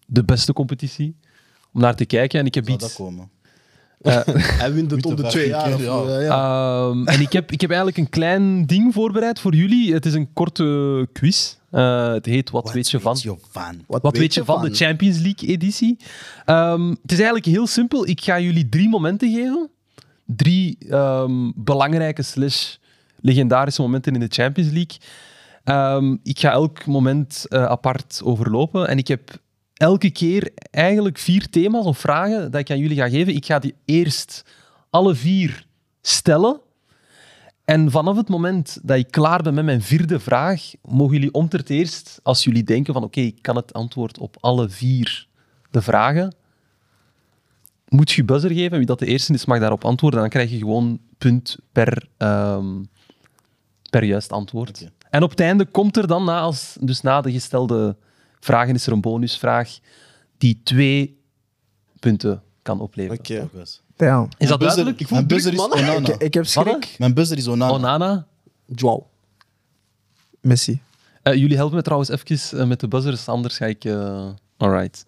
de beste competitie om naar te kijken. En ik heb Zou dat iets... komen? Hij wint het Moet op de de twee jaar. vijftien of- eh, keer, ja. ja, ja. Ehm, en ik heb, ik heb eigenlijk een klein ding voorbereid voor jullie. Het is een korte quiz. Eh, het heet Wat, weet je van? je van? Wat, weet, je van, de Champions League editie? Ehm, het is eigenlijk heel simpel. Ik ga jullie drie momenten geven. Drie ehm, belangrijke slash legendarische momenten in de Champions League. Ehm, ik ga elk moment eh, apart overlopen. En ik heb elke keer eigenlijk vier thema's of vragen dat ik aan jullie ga geven. Ik ga die eerst alle vier stellen. En vanaf het moment dat ik klaar ben met mijn vierde vraag, mogen jullie om ter eerst, als jullie denken van oké, ik kan het antwoord op alle vier de vragen, moet je buzzer geven. Wie dat de eerste is, mag daarop antwoorden. Dan krijg je gewoon punt per, ehm, per juist antwoord. Oké. En op het einde komt er dan, na, als, dus na de gestelde vragen, is er een bonusvraag die twee punten kan opleveren. Oké. Ja. Is dat duidelijk? Ik voel Mijn druk, buzzer is mannen. Onana. Ik, ik heb Wat, hè? schrik. Mijn buzzer is Onana. Onana? Joao. Messi. Eh, jullie helpen me trouwens even eh, met de buzzers, anders ga ik... eh, Alright.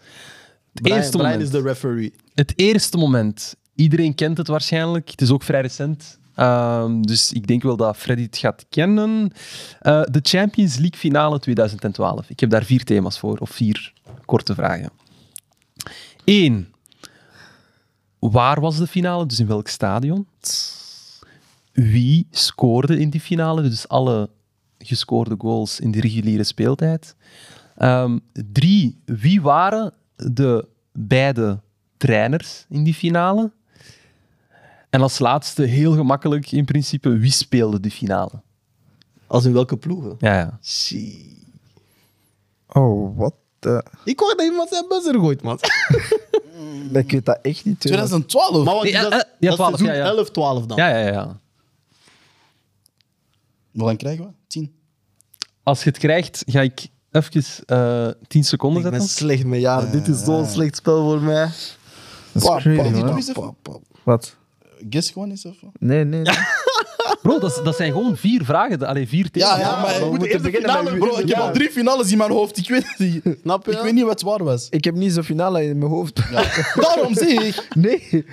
Het Brian, eerste Brian moment. is de referee. Het eerste moment. Iedereen kent het waarschijnlijk. Het is ook vrij recent. Ehm, dus ik denk wel dat Freddy het gaat kennen. Eh, de Champions League finale 2012. Ik heb daar vier thema's voor, of vier korte vragen. Eén. Waar was de finale? Dus in welk stadion? Wie scoorde in die finale? Dus alle gescoorde goals in de reguliere speeltijd. Ehm, drie, wie waren de beide trainers in die finale? En als laatste, heel gemakkelijk in principe, wie speelde die finale? Als in welke ploegen? Ja, ja. Shit. Oh, wat? de- Ik hoor dat iemand zijn buzzer gooit, man. Ik weet dat echt niet. joh. 2012. Maar wat Nee, is eh, dat? eh, ja, dat is 12, seizoen ja, ja. 11, 12 dan. ja, ja, ja. Hoe lang krijgen we? 10. Als je het krijgt, ga ik even eh 10 seconden Ik ben zetten. slecht met jaren. Dit is zo'n slecht spel voor mij. Dat is crazy, man. Wat? Guess gewoon eens even. Nee, nee. nee. Bro, dat, is- dat zijn gewoon vier vragen. de- Allee, vier thema's. ja, maar we moeten eerst de beginnen met Bro, ik heb al drie finales in mijn hoofd. Ik weet, niet- Snap je? ik weet niet wat waar was. ik heb niet zo'n finale in mijn hoofd. Daarom zeg ik. Nee.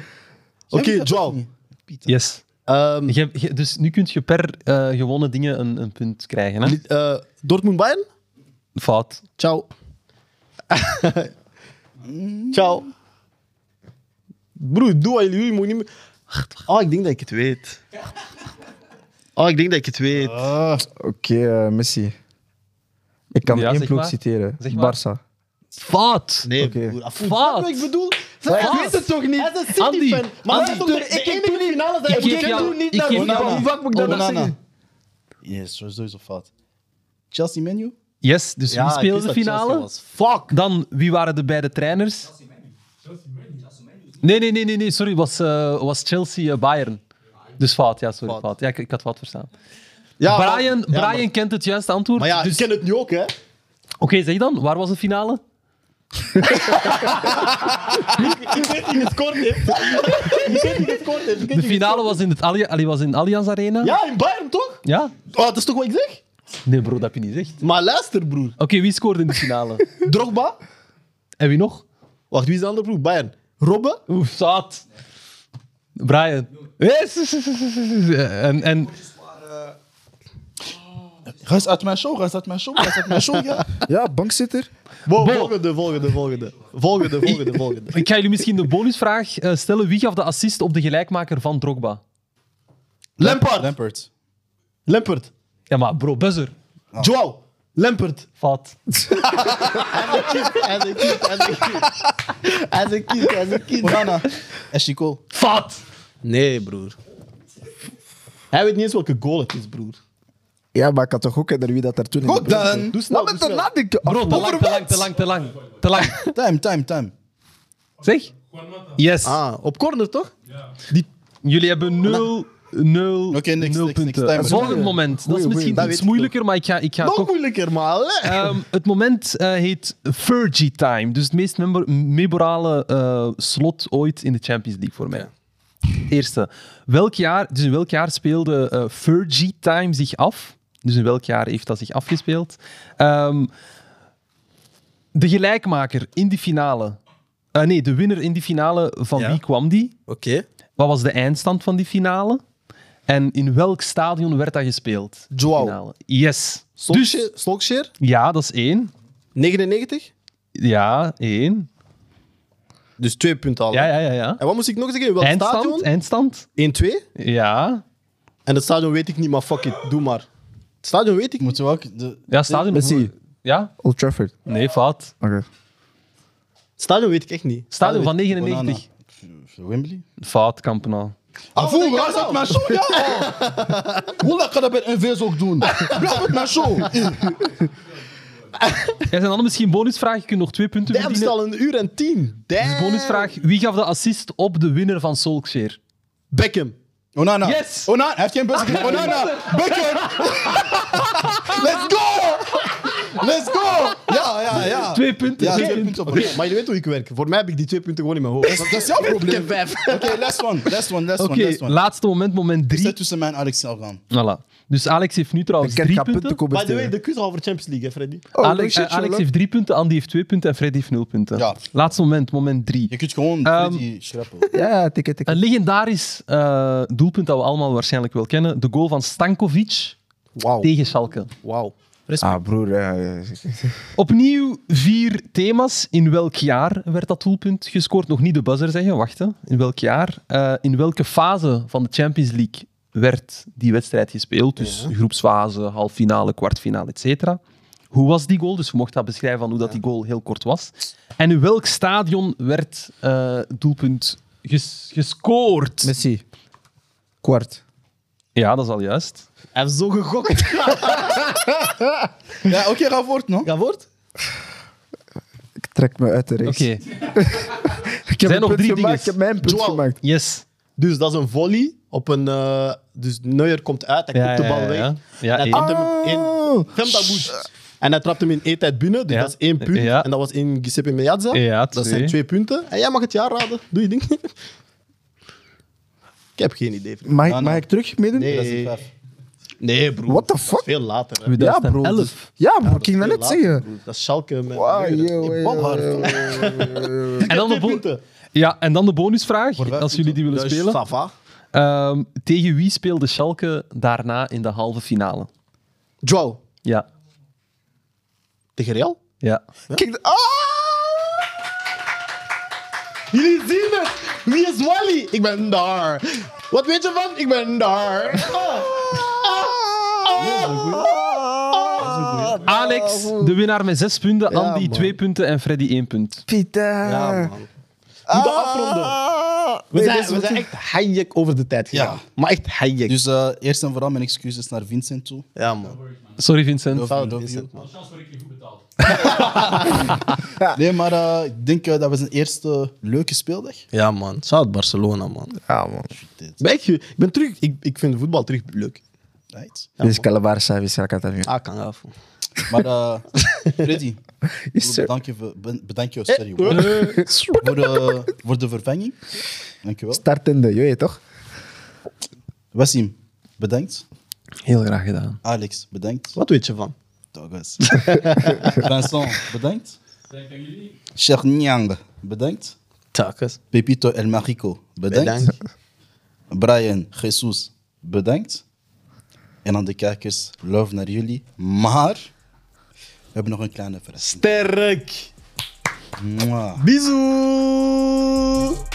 Oké, Joao. Yes. Ehm, Je hebt- je- dus nu kun je per eh, gewonnen dingen een, een punt krijgen. Hè? li- eh, Dortmund Bayern? Fout. Ciao. Ciao. Broer, doe wat jullie jullie moet niet meer... Oh, ik denk dat ik het weet. Oh, ik denk dat ik het weet. Oké, eh, Messi. Ik kan Ja, één zeg ploeg maar. citeren. Zeg maar. Barça. Fout. Nee, Oké. broer. af- Wat? Snap je wat ik bedoel? Hij Wat? weet het toch niet? Hij is een Andy, City-fan. Maar Andy, hij is toch de ik geef enige finale dat hij ik geef heeft. jou- Doe niet ik naar geef jou- Ronaldo. Hoe vaak moet ik dat nog zeggen? Yes, sowieso fout. Chelsea menu? Yes, dus Ja, wie ik speelde wist de dat finale? Chelsea was. Fuck. Dan, wie waren de beide trainers? Nee, nee, nee, nee, nee sorry, was, eh, was Chelsea-Bayern. dus fout, ja, sorry, fout. Ja, ik, ik had fout verstaan. Ja, maar- Brian, ja, maar- Brian kent het juiste antwoord. Maar ja, ik dus... ken het nu ook, hè. Oké, zeg dan, waar was de finale? Ik weet niet gescoord heeft. Ik weet niet gescoord heeft. Ik weet De niet finale was in, het Alli Allee, was in Allianz Arena. Ja, in Bayern toch? Ja? Oh, dat is toch wat ik zeg? Nee, bro, dat heb je niet gezegd. Oké, Maar luister, broer. wie scoorde in de finale? Drogba. en wie nog? Wacht, wie is de andere broer? Bayern. Robben. Oeh, zat. Brian. Eh, Yes. En, en Ga eens uit mijn show, ga eens uit mijn show, ga eens uit mijn show. Ja. Ja, bankzitter. Wow, Bo. volgende, volgende, volgende. Volgende, volgende, volgende. Ik ga jullie misschien de bonusvraag eh, stellen. Wie gaf de assist op de gelijkmaker van Drogba? Lampard. Lampert. Lampert. Ja, maar bro, buzzer. Ah. Joao. Lampert. Vat. As a kid, as a kid. As a kid, as a kid. Onana. Ashley Cole. Vat! Nee, broer. Hij weet niet eens welke goal het is, broer. Ja, maar ik had toch ook naar wie dat daar toen in de Goed brug- dan. Doe snel, Laat me doe toch snel. nadenken. Bro, te lang, Over te wat? lang, te lang, te lang. Te lang. Time, time, time. Zeg? Juanmata. Yes. Ah, op corner toch? Ja. Jullie hebben 0, 0, Oké, niks, niks, 0 niks, punten. timer. Volgend moment. Dat is misschien Dat iets weet ik moeilijker, maar ik ga, ik ga Nog toch... moeilijker, maar. allee. Ehm, het moment eh, heet Fergie Time. Dus het meest memor- memorale eh, slot ooit in de Champions League voor mij. Eerste. Welk jaar, dus in welk jaar speelde eh, Fergie Time zich af? Dus in welk jaar heeft dat zich afgespeeld? Ehm, de gelijkmaker in die finale. Eh, nee, de winnaar in die finale, van Ja. wie kwam die? Oké. Wat was de eindstand van die finale? En in welk stadion werd dat gespeeld? die Joao. finale? Yes. Dus, Slokshare? Slokshare? Ja, dat is één. 99? Ja, één. Dus twee punten al. Ja, ja, ja. ja. En wat moest ik nog zeggen? In welk Eindstand, stadion? eindstand. 1-2? Ja. En het stadion weet ik niet, maar fuck it, doe maar. Het stadion weet ik niet. Moeten we ook... De... Ja, stadion. Messi. Ja? Old Trafford. Nee, fout. Oké. Het stadion weet ik echt niet. Het Stadion van Onana. 99. Wembley. Fout, Kampenaal. Afu, Ah, waar is dat mijn show? Ja! Wallah, ik ga dat bij NV's ook doen. Blijf met mijn show. Er zijn dan misschien bonusvragen. Je kunt nog twee punten Damn, het is verdienen. al een uur en tien. Dus Damn. bonusvraag. Wie gaf de assist op de winnaar van Solskjaer? Beckham. Onana. Yes. Ah, Onana. Hij heeft geen buzzer. Onana. Beckham. Let's go. Let's go. Ja, ja, ja. Twee punten. Ah. Ja, Twee twee punten. punten op Oké, rij. maar je weet hoe ik werk. Voor mij heb ik die twee punten gewoon in mijn hoofd. Dat is jouw probleem. Oké, vijf. last one. Last one, last Oké, one, last one. laatste moment, moment Ik zit drie. tussen mij en Alex Elgan. Voilà. Dus Alex heeft nu trouwens Ik heb drie geen punten. punten komen Oh, By the way, de quiz al over Champions League, hè, Freddy. Alex, eh, Alex heeft drie punten, Andy heeft twee punten en Freddy heeft nul punten. Ja. Laatste moment, moment drie. Je kunt gewoon Ehm, Freddy schrappen. Ja, ticket, ticket. Een legendarisch eh, doelpunt dat we allemaal waarschijnlijk wel kennen. De goal van Stankovic Oh. Wauw. tegen Schalke. Wauw. Ah, broer. eh, Opnieuw vier thema's. In welk jaar werd dat doelpunt gescoord? Nog niet de buzzer zeggen, wachten. In welk jaar? Eh, in welke fase van de Champions League werd die wedstrijd gespeeld? Dus groepsfase, halffinale, kwartfinale, etc. Hoe was die goal? Dus we mochten dat beschrijven van hoe dat die goal heel kort was. En in welk stadion werd eh, doelpunt ges- gescoord? Messi. Kwart. Ja, dat is al juist. Hij heeft zo gegokt. Ja, oké, ga voort, no? Ga voort. Ik trek me uit de race. Oké, Ik heb Zijn een nog punt drie gemaakt. Ik dinges. heb mijn punt Joao. gemaakt. yes. Dus dat is een volley op een... eh, dus Neuer komt uit, hij komt de bal weg. ja. En hij één. trapt hem in... Ah. Oh. Femta Bush. En hij trapt hem in één tijd binnen, dus Ja. dat is één punt. Ja. En dat was in Giuseppe Meazza. Ja, dat twee. zijn twee punten. En jij mag het jaar raden. Doe je ding. ik heb geen idee. vriend. Mag ik, Nou, nou. mag ik terug midden? Ah, Nee, nee broer. What the fuck? Veel later. hè. Ja, We dachten bro. elf. Ja, bro. ik Dat is ging dat veel net later, zeggen. broer. Dat is Schalke met Wow, Neuer. yo, Ik yo, bal hard. yo, yo, yo, yo. En dan de, bo- punten. ja, en dan de bonusvraag, vijf als jullie die willen Dus spelen. ça va. Ehm, tegen wie speelde Schalke daarna in de halve finale? Joao. Ja. Tegen Real? Ja. Kijk, ah! Jullie zien het! Wie is Wally? Ik ben daar. Wat weet je van? Ik ben daar. Ah. Alex, de winnaar met zes punten, Andy twee punten en Freddy één punt. Pieter. Ja, Ah, man. Moet dat afronden. We, Nee, zijn, dit is we zijn echt hayek over de tijd gegaan. Ja. Maar echt hayek. Dus eh, eerst en vooral mijn excuses naar Vincent toe. ja, man. Sorry Vincent. Love you, love you. Als chance word ik niet goed betaald. Nee, maar eh, ik denk eh, dat was een eerste leuke speeldag. Ja, man. Zou het Barcelona, man. Ja, Ah, man. Ben ik, ik ben terug. Ik, ik vind voetbal terug leuk. Right. Dit is Calabar Savis Rakatavio. Ah, kan af. Maar eh, Freddy, Ah, ik wil sir. bedank je, voor- ben- bedank Eh, je sorry, hoor. Е. voor, de, voor de vervanging. Dankjewel. Startende, je weet toch? Wassim, bedankt. Heel graag gedaan. Alex, bedankt. Wat weet je van? Douglas. Vincent, bedankt. Denk aan jullie. Cheikh Nyang, bedankt. Takas. Pepito El Magico, bedankt. Bedankt. Brian, Jesus, bedankt. En aan de kijkers, love naar jullie. Maar hebben nog een kleine verrassing. Sterk. Mwah. Bisous.